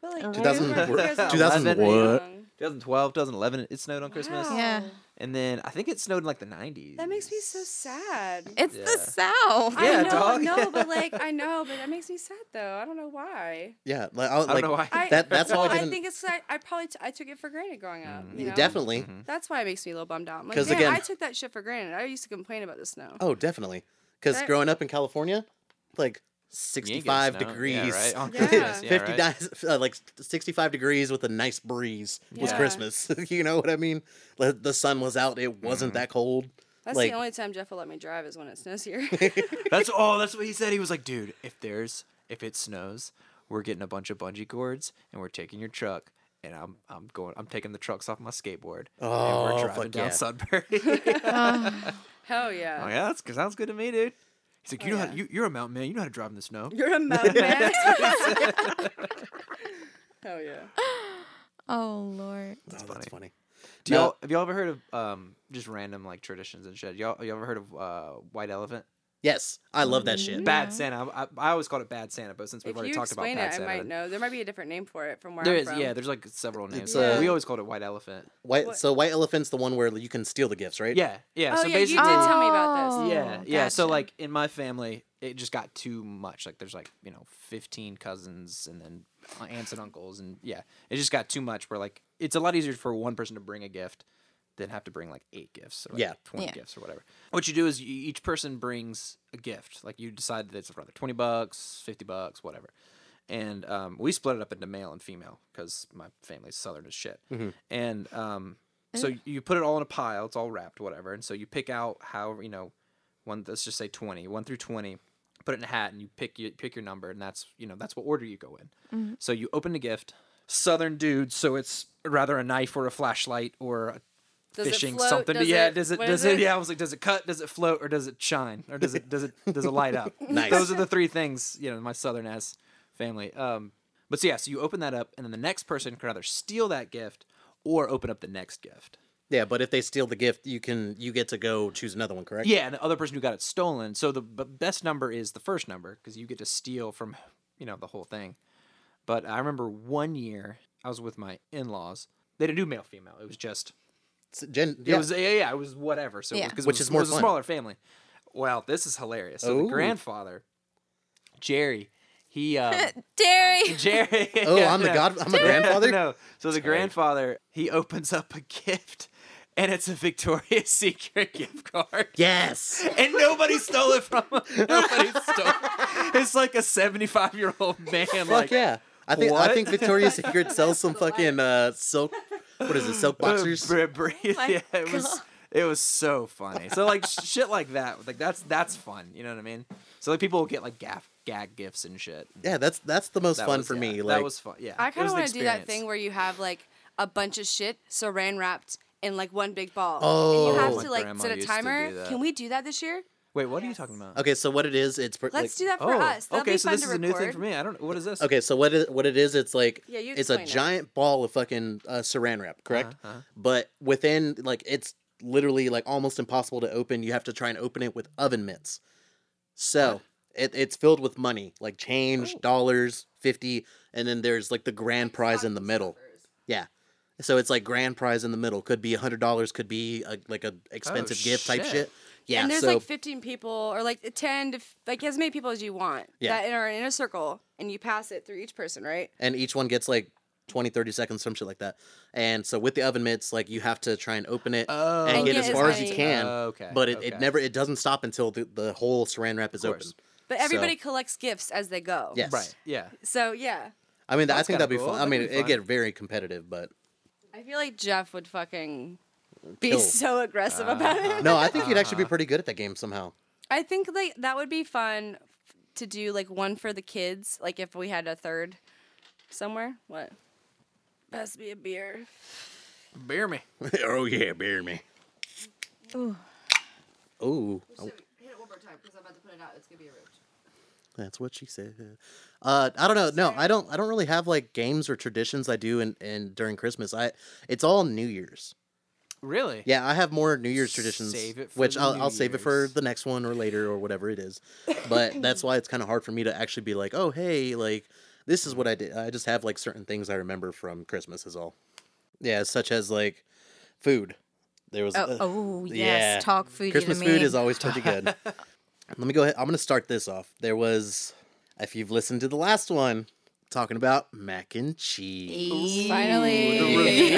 B: But like,
A: Around-
B: you guys weren't- you
D: 2000
B: guys weren't
C: 2000
B: very
C: what?
B: young.
D: 2012, 2011. It snowed on Christmas,
B: Wow.
A: Yeah.
D: and then I think it snowed in like the 90s.
B: That makes me so sad.
A: It's the South.
D: Yeah,
B: I know,
C: (laughs)
D: dog.
B: no, but like I know, but that makes me sad though. I don't know why.
C: Yeah, like, I, was
D: I don't
C: like
D: know why. (laughs)
B: I,
C: That- that's
B: well,
C: why I
B: I,
C: didn't-
B: think it's 'cause I, I probably t- I took it for granted growing up.
D: Mm.
B: you know?
C: definitely.
D: Mhm.
B: That's why it makes me a little bummed out. I'm like,
C: 'Cause
B: man,
C: again-
B: I took that shit for granted. I used to complain about the snow.
C: Oh, definitely. Because
B: That-
C: growing up in California, like 65
D: snow. Yeah,
C: degrees.
D: right? On
B: (laughs) Yeah.
D: Christmas, yeah,
C: 50
D: right?
C: dies, (laughs) uh, like 65 degrees with a nice breeze was
B: Yeah.
C: Christmas. (laughs) you know what I mean? Like, the sun was out. It wasn't
D: Mm-hmm.
C: that cold.
B: That's
C: like-
B: the only time Jeff will let me drive is when it snows here. (laughs)
D: That's all. that's what he said. He was like, dude, if there's if it snows, we're getting a bunch of bungee cords and we're taking your truck. And I'm I'm going I'm taking the trucks off my skateboard. and
C: Oh,
D: we're
C: fuck
D: driving down
C: yeah.
D: Sudbury. (laughs) oh
B: Hell Oh, yeah.
D: yeah, Oh, that's sounds good to me, dude. He's like, you
B: Oh,
D: know
B: yeah.
D: how you, you're a mountain man. You know how to drive in the snow.
B: You're a
D: (laughs)
B: mad man. Hell yeah.
A: (laughs) Oh Lord.
C: That's, oh, that's funny.
D: Do
C: No.
D: y'all have y'all ever heard of um just random like traditions and shit? Y'all y'all ever heard of uh white elephant?
C: Yes, I love that
B: Mm-hmm.
C: shit.
D: Bad Santa. I, I, I always called it bad Santa, but since we've
B: if
D: already
B: you
D: talked about
B: explain
D: bad
B: it,
D: Santa,
B: I might know. There might be a different name for it from where
D: there
B: I'm
D: is
B: from.
D: yeah. There's like several names.
C: It's,
D: but
C: uh,
D: we always called it white elephant.
C: White,
B: What-
C: So, White Elephant's the one where you can steal the gifts, right?
D: Yeah, yeah.
B: Oh
D: so
B: yeah, you did
D: basically,
B: tell me about this.
A: Oh,
D: yeah, yeah. So
A: gotcha.
D: like in my family, it just got too much. Like there's like you know 15 cousins and then aunts and uncles and yeah, it just got too much. Where like it's a lot easier for one person to bring a gift than have to bring like eight gifts or like
C: Yeah.
D: 20
A: Yeah.
D: gifts or whatever. What you do is you, each person brings a gift. Like you decide that it's rather 20 bucks, 50 bucks, whatever and um, we split it up into male and female because my family's southern as shit. And um, so you put it all in a pile, it's all wrapped, whatever. And so you pick out however you know, one. Let's just say twenty, one through twenty. Put it in a hat, and you pick you pick your number, and that's you know that's what order you go in.
B: Mm-hmm.
D: So you open the gift, southern dude. So it's rather a knife or a flashlight or a
B: Does it
D: fishing
B: float?
D: something.
B: Does
D: yeah,
B: it-
D: does it
B: what
D: does
B: is
D: it?
B: it?
D: Yeah, I was like, does it cut? Does it float? Or does it shine? Or does it does it does it
B: (laughs)
D: light up?
C: Nice.
D: Those are the three things you know in my southern ass family. Um, but so yeah, so you open that up, and then the next person can either steal that gift or open up the next gift.
C: Yeah, but if they steal the gift, you can you get to go choose another one, correct?
D: Yeah, and the other person who got it stolen. So the b- best number is the first number because you get to steal from, you know, the whole thing. But I remember one year I was with my in-laws. They didn't do male female. It was just
C: S- Gen,
D: It
C: yeah.
D: was yeah, yeah, it was whatever. So
A: Yeah.
D: because
C: Which
D: it was,
C: is more
D: it was a
C: fun.
D: smaller family. Well, this is hilarious. So
C: Ooh.
D: the grandfather, Jerry,
C: (laughs)
D: he uh,
A: Dairy.
D: Jerry. (laughs)
C: Oh, I'm the god. I'm the grandfather.
D: no, so the grandfather he opens up a gift, and it's a Victoria's (laughs) Secret gift card.
C: Yes.
D: And nobody stole it from
C: (laughs)
D: him. Nobody stole it. It's like a 75 year old man.
C: Fuck
D: like,
C: yeah. I think I
D: what?
C: think
D: (laughs)
C: Victoria's Secret sells some fucking uh, silk. What is it? Silk
D: Uh,
C: boxers.
D: (laughs) br- br- (laughs) yeah, it
A: God.
D: was it was so funny. So like sh- shit like that, like that's that's fun. You know what I mean? So like people will get like gaff gag gifts and shit.
C: Yeah, that's that's the most
D: That
C: fun
D: was-
C: for
D: yeah,
C: me. Like
D: that was fun. Yeah,
B: I
D: it
B: kind
D: was
B: of
D: an
B: want to do that
D: experience.
B: thing where you have like a bunch of shit saran wrapped in like one big ball. and you
C: Oh.
B: have
D: My
B: to like
D: grandma
B: set a
D: used to do
B: timer.
D: that.
B: Can we do that this year?
D: Wait, what are you talking about?
C: okay, so what it is, it's for,
B: Let's
C: like,
B: do that for
D: oh,
B: us. That'll
D: okay,
B: be
D: so
B: fun
D: this
B: to
D: is
B: record.
D: a new thing for me. I don't. What is this?
C: Okay, so what it, what it is, it's like
B: Yeah, you
C: it's a
B: explain it.
C: giant ball of fucking uh, saran wrap, correct?
D: Uh-huh, uh-huh.
C: But within like it's literally like almost impossible to open. You have to try and open it with oven mitts. So it, it's filled with money, like
B: Oh.
C: change, dollars, fifty, and then there's like the grand prize in the middle. Yeah. So it's like grand prize in the middle. Could be a hundred dollars. Could be a, like a expensive gift type
D: Oh, shit.
C: shit. Yeah.
B: and there's
C: so
B: like 15 people or like 10 to f- like as many people as you want
C: Yeah.
B: that are in a circle and you pass it through each person, right?
C: and each one gets like 20 30 seconds some shit like that and so with the oven mitts like you have to try and open it
D: Oh,
C: and get
B: get
C: as
B: as
C: far as you
B: many-
C: can
D: Okay,
C: but it,
D: okay.
C: it never it doesn't stop until the, the whole saran wrap is open
D: course.
B: But
C: So-
B: everybody collects gifts as they go.
C: yes
D: Right. Yeah.
B: So yeah,
C: i mean i
D: That's
C: think that'd
D: kinda
C: be
D: cool.
C: fun i
D: That could
C: mean
D: be
C: it
D: fun.
C: get very competitive but
B: I feel like Jeff would fucking be
C: Kill. Uh-huh.
B: so aggressive about it.
C: no i think you'd
D: Uh-huh.
C: actually be pretty good at that game somehow
B: I think like that would be fun f- to do like one for the kids, like if we had a third somewhere. What? Best be a beer.
D: Bear me.
C: (laughs) oh yeah bear me
A: Ooh.
C: oh
B: Hit it one more time because I'm about to put it out. It's gonna be a roach.
C: That's what she said. Uh, I don't know. No, I don't. I don't really have like games or traditions I do in, in during Christmas. I it's all New Year's.
D: Really?
C: Yeah, I have more New Year's traditions,
D: Save it for
C: which
D: the
C: I'll,
D: New
C: I'll save it for
D: Year's.
C: the next one or later or whatever it is.
D: (laughs)
C: But that's why it's kind of hard for me to actually be like, oh hey, like this is what I did. I just have like certain things I remember from Christmas is all. Yeah, such as like food. There was
A: Oh,
C: uh,
A: oh yes,
C: yeah.
A: talk food
C: Christmas
A: to me.
C: food is always pretty good.
D: (laughs)
C: Let me go ahead. I'm going to start this off. There was, if you've listened to the last one, talking about mac and cheese.
B: Finally, (laughs) we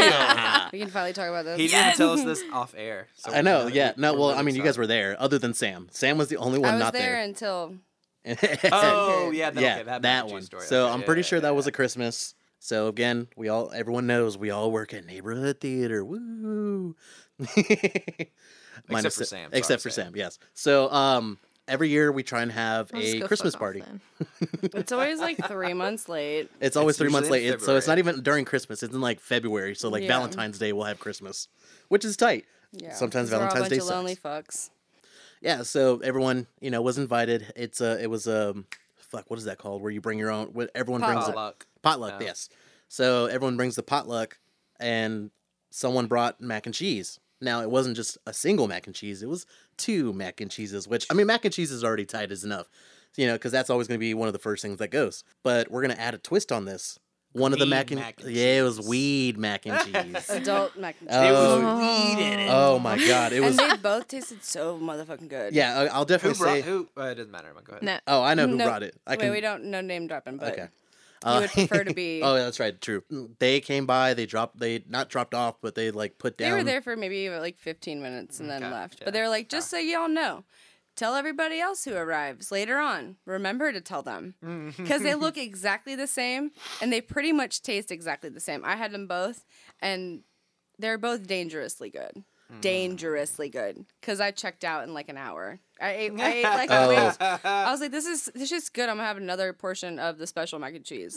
B: can finally talk about this.
D: He didn't even tell
B: (laughs)
D: us this off air. So
C: I know.
D: we-
C: Yeah. No.
D: we're
C: Well,
D: really
C: I mean, you guys were there, other than Sam. Sam was the only one
B: I was
C: not
B: there,
C: there.
B: until
C: (laughs)
D: Oh yeah, that,
C: yeah,
D: okay,
C: that,
D: that, mac and cheese
C: one.
D: Story.
C: So
D: Okay,
C: I'm
D: yeah,
C: pretty
D: yeah,
C: sure
D: yeah.
C: that was a Christmas. So again, we all, everyone knows we all work at neighborhood theater. (laughs) Woo! Minus
D: for
C: the-
D: Sam. Sorry,
C: Except for
D: Sam.
C: Sam. Yes. So um, every year we try and have
A: I'll just
C: a
A: go fuck
C: Christmas
A: off
C: party.
A: then.
B: (laughs) it's always like three months late.
C: It's always
D: It's
C: three months
D: usually
C: late,
D: in
C: It's- so it's not even during Christmas. It's in like February, so like
B: Yeah.
C: Valentine's Day we'll have Christmas, which is tight.
B: Yeah,
C: Sometimes
B: 'cause we're all
C: Valentine's
B: a bunch
C: Day
B: of lonely fucks.
C: sucks. Yeah, so everyone you know was invited. It's a it was a fuck what is that called? Where you bring your own? What everyone brings a
D: Potluck.
C: potluck.
D: Yeah.
C: Yes, so everyone brings the potluck, and someone brought mac and cheese. Now it wasn't just a single mac and cheese; it was two mac and cheeses. Which I mean, mac and cheese is already tight as enough, you know, because that's always going to be one of the first things that goes. But we're going to add a twist on this. One of the
D: Weed
C: mac and,
D: mac and
C: yeah, it was weed mac
D: (laughs)
C: and cheese.
B: Adult mac and cheese.
D: It
C: (laughs) Oh.
D: was weed in it.
C: oh my god, it was
B: and they both tasted so motherfucking good.
C: yeah. I- I'll
D: who
C: definitely
D: brought?
C: say.
D: Who? Uh, it doesn't matter. Go ahead.
A: No.
C: Oh, I know who
B: No,
C: brought it. I
B: Wait,
C: can.
B: we don't no name dropping, but
C: Okay. Uh,
B: you would prefer to be.
C: (laughs) Oh, that's right. True. They came by. They dropped. They not dropped off, but they like put down.
B: They were there for maybe like 15 minutes and then
D: Okay,
B: left.
D: yeah. Oh.
B: But they were like, just so y'all know, tell everybody else who arrives later on. Remember to tell them
D: Mm-hmm.
B: because they
D: (laughs)
B: look exactly the same and they pretty much taste exactly the same. I had them both, and they're both dangerously good.
D: Mm.
B: Dangerously good because I checked out in like an hour. I ate, I
D: (laughs)
B: ate like I was-
D: Oh.
B: I was like, this is this is good. I'm gonna have another portion of the special mac and cheese.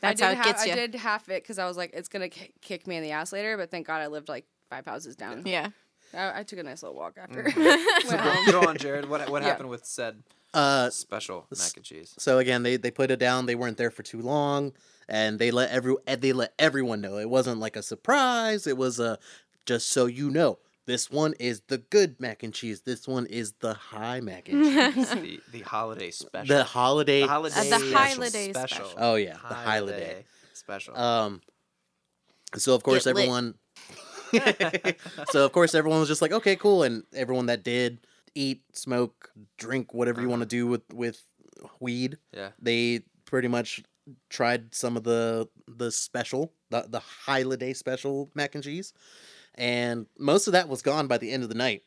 A: That's how
B: I
A: it
B: did ha-
A: gets you.
B: I did half it because I was like, it's gonna ki- kick me in the ass later. But thank God I lived like five houses down.
A: Yeah.
B: I, I took a nice little walk after.
D: So
C: Mm.
B: Went home.
D: (laughs) go, go on, Jared. What what
B: Yeah.
D: happened with said
C: Uh,
D: special mac and cheese?
C: so again, they they put it down. They weren't there for too long, and they let every and they let everyone know. It wasn't like a surprise. It was a just so you know. This one is the good mac and cheese. This one is the high mac and
D: (laughs)
C: cheese.
D: It's the the holiday special.
C: the holiday.
D: The holiday.
A: Uh, the holiday
D: holiday
A: special.
D: special.
C: Oh, yeah, the holiday.
D: special.
C: Um, so of course
A: Get lit.
C: everyone. (laughs) so of course everyone was just like, okay, cool, and everyone that did eat, smoke, drink, whatever you want
D: Uh-huh.
C: to do with with weed,
D: yeah.
C: they pretty much tried some of the the special, the the holiday special mac and cheese, and most of that was gone by the end of the night.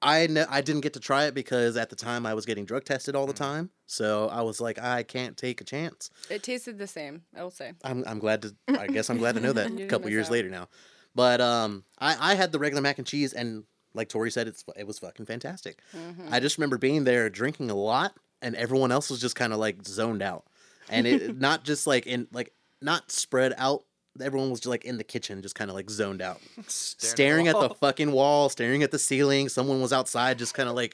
C: I kn- I didn't get to try it because at the time I was getting drug tested all the time, so I was like, I can't take a chance.
B: (laughs) it tasted the same. I will
C: (laughs)
B: say.
C: I'm I'm glad to I guess I'm glad to know that a
B: didn't
C: couple
B: miss
C: years
B: out.
C: later now. But um I, I had the regular mac and cheese and like Tori said it's it was fucking fantastic. I just remember being there drinking a lot and everyone else was just kind of like zoned out, and it not just like in like not spread out. Everyone was just like in the kitchen, just kind of like zoned out, staring at
D: (laughs)
C: the fucking wall, staring at the ceiling. Someone was outside, just kind of (laughs) like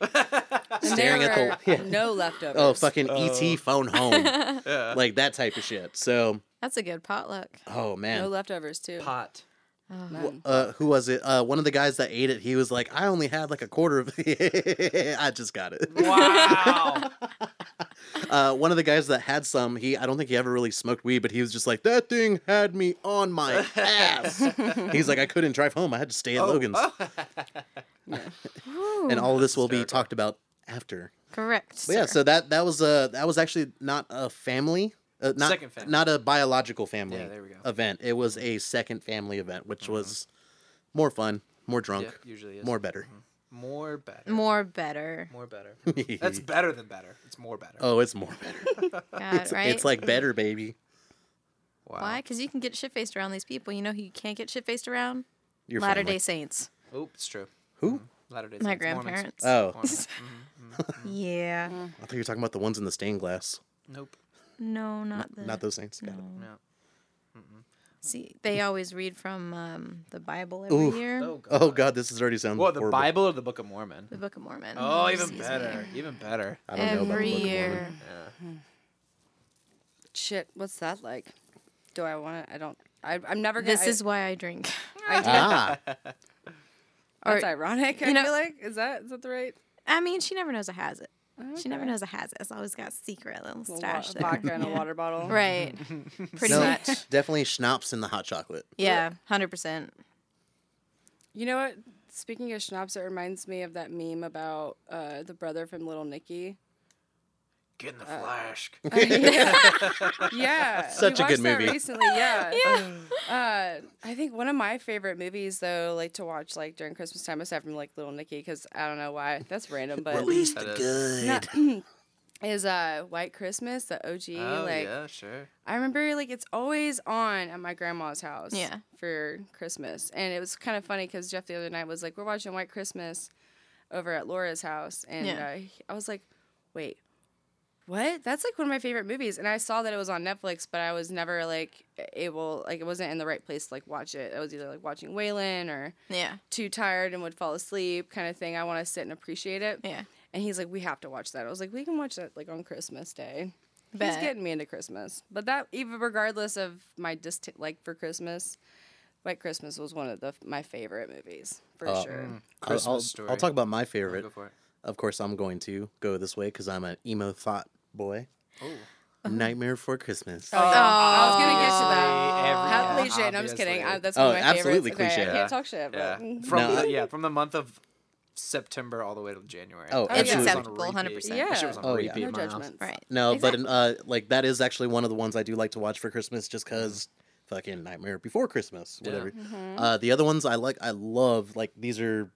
C: staring
B: there
C: at the
B: were no leftovers.
C: oh fucking ET phone home,
D: Yeah.
C: like that type of shit. So
A: That's a good potluck.
C: oh man,
B: no leftovers
C: (laughs)
B: too.
D: pot.
B: None.
C: uh, who was it? Uh, one of the guys that ate it, he was like, I only had like a quarter of I just got it. (laughs)
D: (laughs) Wow.
C: Uh, one of the guys that had some, he I don't think he ever really smoked weed, but he was just like, That thing had me on my
D: (laughs)
C: ass. He's like, I couldn't drive home. I had to stay at
D: Oh,
C: Logan's. And all of this will be talked about after.
A: Correct.
C: But yeah, so that that was uh that was actually not a family. Uh, not,
D: Second family.
C: not a biological family
D: Yeah, there we go. Mm-hmm.
C: event. It was a second family event, which was more fun, more drunk,
D: Yeah, Mm-hmm. usually is.
C: more better.
D: More better.
A: More better.
D: More better.
C: (laughs)
D: That's better than better. It's more better.
C: Oh, it's more better.
A: God, right?
C: It's like better, baby.
D: wow.
C: Oh.
A: why? Because you can get shit faced around these people. You know who you can't get shit faced around?
C: Your
A: Latter
C: family.
A: Day Saints.
D: Oh, it's true.
C: Who?
D: Latter Day.
A: My grandparents.
C: Oh,
D: Oh. (laughs)
A: (laughs) yeah.
C: I thought you were talking about the ones in the stained glass.
D: Nope.
A: No, not the. (laughs)
C: Not those saints. Got it.
D: No.
A: See, they always read from um, the Bible every
C: Ooh.
A: year.
D: Oh god.
C: Oh God, this is already sounding.
D: Well, the
C: horrible.
D: Bible or the Book of Mormon?
A: The Book of Mormon.
D: Oh, even
A: Excuse me.
D: better. Even
C: (laughs)
D: better.
C: I don't know about the
A: Every
C: Book of Mormon.
B: (laughs)
A: year.
B: Shit, what's that like? Do I want to? I don't. I, I'm never gonna.
A: This
B: I-
A: is why I drink. (laughs)
C: Ah,
B: that's
A: or-
B: ironic. I
A: you know-
B: feel like is that is that the right?
A: I mean, she never knows I has it. She never
B: Okay.
A: knows I has it. It's always got a secret little
B: A wa-
A: stash there. (laughs)
B: vodka and a water bottle.
D: (laughs)
A: Right. Pretty
C: no,
A: much.
C: (laughs) definitely schnapps in the hot chocolate.
A: Yeah, hundred percent.
B: You know what? Speaking of schnapps, it reminds me of that meme about uh, the brother from Little Nicky.
D: Get in the
B: Uh,
D: flash.
B: (laughs)
C: (laughs)
B: Yeah,
C: Such
B: we
C: a good
B: watched that
C: movie.
B: Recently, yeah. yeah. Uh, I think one of my favorite movies, though, like to watch like during Christmas time, aside from like Little Nicky, because I don't know why that's random, but
C: Release
D: That
C: the
D: is-
C: good.
B: (clears throat) is uh White Christmas, the OG.
D: Oh
B: like
D: yeah, sure.
B: I remember like it's always on at my grandma's house.
A: Yeah.
B: For Christmas, and it was kind of funny because Jeff the other night was like, "We're watching White Christmas over at Laura's house," and
A: Yeah.
B: uh, he- I was like, "Wait, what? That's like one of my favorite movies." And I saw that it was on Netflix, but I was never like able, like it wasn't in the right place to like watch it. I was either like watching Waylon or
A: Yeah,
B: too tired and would fall asleep kind of thing. I want to sit and appreciate it.
A: yeah.
B: And he's like, "We have to watch that." I was like, "We can watch that like on Christmas Day."
A: Bet.
B: He's getting me into Christmas. But that even regardless of my dist like for Christmas, White Christmas was one of the my favorite movies for
C: Oh.
B: sure.
C: I'll- I'll,
D: Christmas story.
C: I'll talk about my
D: Go
C: favorite.
D: for it.
C: Of course, I'm going to go this way because I'm an emo thought boy.
D: Oh.
B: Uh-huh.
C: Nightmare for Christmas.
B: I was gonna get to that.
D: Every-
B: How
D: yeah,
B: cliche? No, I'm just kidding. I,
D: obviously.
B: that's
C: Oh,
B: one of my
C: absolutely
B: favorites. Okay,
C: cliche.
B: I
D: Yeah.
B: can't talk shit.
D: Yeah.
B: But mm,
D: From
C: No,
D: the,
C: I-
D: yeah, from the month of September all the way to January.
C: Oh,
D: That shit was on
A: Acceptable, 100%.
D: repeat. That shit was on
C: Yeah. Oh, yeah.
D: repeat
B: no
D: in my house.
B: judgments.
A: Right.
C: No, but uh, like that is actually one of the ones I do like to watch for Christmas, just because
B: Mm-hmm.
C: fucking Nightmare Before Christmas,
D: Yeah.
C: whatever. Uh, the other ones I like, I love. Like these are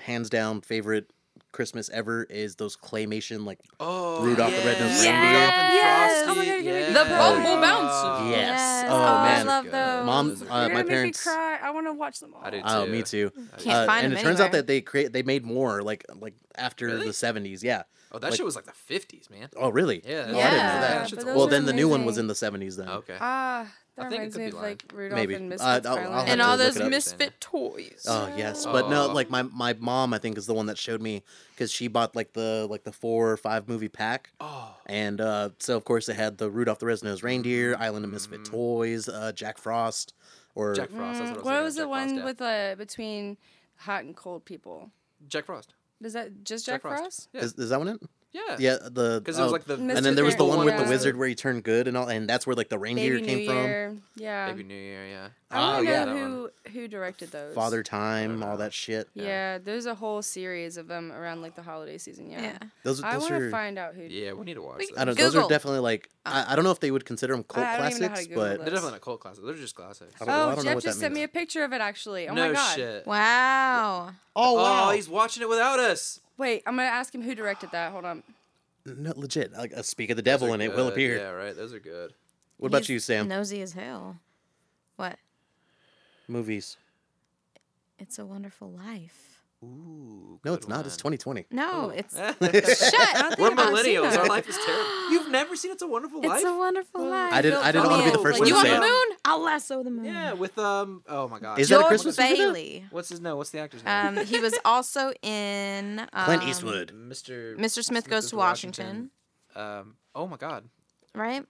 C: hands down favorite Christmas ever is those claymation. Like
D: Oh,
C: Rudolph the Red-Nosed Reindeer.
A: Yes.
D: Rudolph and Frosty.
B: Oh my God, you're
D: yeah.
B: gonna get- The Bumble
A: Yes.
B: Bouncer.
C: yes,
A: Oh,
C: oh,
A: I
C: man,
A: love
D: Good.
A: those.
C: mom, uh,
B: You're
C: my
B: gonna
C: parents.
B: make me cry. I want to watch them all.
D: I do too.
C: Oh, me too.
A: Can't
C: Uh,
A: find
C: and it
A: them
C: turns out
A: anywhere.
C: that they create they made more like like after the
D: Really?
C: seventies. Yeah.
D: Oh, that
C: Like-
D: shit was like the 50s, man.
C: Oh really?
D: Yeah.
C: Oh, I didn't know
A: Yeah,
C: that.
D: That shit's
B: but
D: old.
B: those
C: well,
B: are
C: then the new one was
B: amazing.
C: in the seventies. Then
D: Okay.
B: Ah,
D: I
B: that
D: think it
B: reminds
D: could
B: me
D: be
B: of
D: lying.
B: like Rudolph
C: Maybe.
B: and
C: Uh,
B: Misfits
C: I'll- I'll
B: Island.
C: have
A: and
C: to
A: all
C: look
A: those
C: it up.
A: misfit toys.
C: Oh yes, but no,
D: Oh.
C: like my my mom I think is the one that showed me because she bought like the like the four or five movie pack,
D: Oh,
C: and uh, so of course it had the Rudolph the Red-Nosed Reindeer, Island of Misfit Toys, uh, Jack Frost, or
D: Mm. Jack Frost. That's what, I
B: Mm,
D: was
B: what
D: thinking
B: was
D: of,
B: the
D: Jack Frost,
B: one
D: yeah.
B: with uh, between hot and cold people?
D: Jack Frost?
B: Is that just Jack, Frost?
D: Yeah.
C: is, is that one it?
D: Yeah. (laughs)
C: Yeah, the
D: Because it was
C: oh,
D: like the
B: And
C: and
B: Mr.
C: then there was the
B: Carey
C: one with the
B: one.
C: wizard where he turned good and all, and that's where like the reindeer
B: Baby
C: came
B: New
C: from.
B: Year. Yeah.
D: Baby New Year. Yeah.
B: I want
C: Oh,
B: to
C: yeah,
B: know
D: that
B: who who directed those.
C: Father Time, all that shit.
B: Yeah. there's a whole series of them around like the holiday season. Yeah.
A: Yeah.
C: Those,
B: I
C: those
B: want to
C: are
B: find out who.
D: Yeah, we need to watch.
A: We-
D: those.
C: I don't. Those are
A: Google.
C: definitely like I, I don't know if they would consider them cult
B: I don't even know how
C: classics,
B: to Google
C: but
D: They're definitely not cult classics. They're just classics.
C: I don't- well, I
B: Oh,
C: don't know
B: Jeff
C: what
B: just
C: that
B: sent me a
C: means.
B: picture of it actually. Oh
D: no
B: my god.
D: shit.
A: Wow.
C: oh
D: Oh, he's watching it without us.
B: Wait, I'm gonna ask him who directed that. Hold on.
C: no, legit. Like a speak of the devil
D: Those are
C: and it will
D: good.
C: appear.
D: Yeah, right. Those are good.
C: What about
A: He's
C: you, Sam?
A: Nosy as hell. What?
C: Movies.
A: It's a Wonderful Life.
D: Ooh.
C: No,
D: good
C: it's not. It's
D: one.
C: 2020.
A: No, (laughs) it's
C: (laughs)
D: (laughs)
A: shut. I don't
D: We're
A: think I've ever seen
D: millennials.
A: that.
D: Our life is terrible. You've never seen It's a Wonderful
A: It's
D: Life?
A: a wonderful life.
C: I didn't. I didn't want to be the
D: Oh,
C: first
D: like
C: one
A: You
C: to
A: want
C: say
A: the
C: it.
A: moon? I'll lasso the moon.
D: yeah, with um. Oh my God.
C: Is that a
A: George
C: Christmas movie, though?
A: Bailey.
D: What's his no? What's the actor's name?
A: Um, he was also in um,
C: (laughs) Clint Eastwood.
D: Mr.
A: Mr. Smith Goes to Washington,
D: Um. Oh my God.
A: um, right?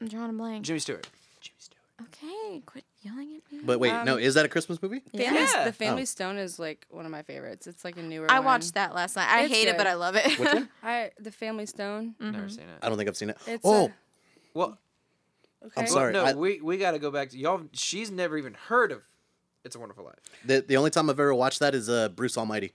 A: I'm drawing a blank.
D: Jimmy Stewart. Jimmy Stewart.
A: Okay, quit yelling at me.
C: But wait,
B: um,
C: no, is that a Christmas movie?
B: Family,
D: Yeah.
B: The Family
C: Oh.
B: Stone is like one of my favorites. It's like a newer.
A: I
B: one.
A: watched that last night. I
B: It's
A: hate it, but
B: good.
A: I love it. Mm-hmm. (laughs)
C: Which one?
B: I the Family Stone.
A: Mm.
D: Never seen it.
C: I don't think I've seen it.
B: It's
C: oh,
B: a-
D: Well,
B: Okay.
C: I'm sorry.
D: no,
C: I-
D: we we got to go back to y'all. She's never even heard of It's a Wonderful Life.
C: the the only time I've ever watched that is uh, Bruce Almighty.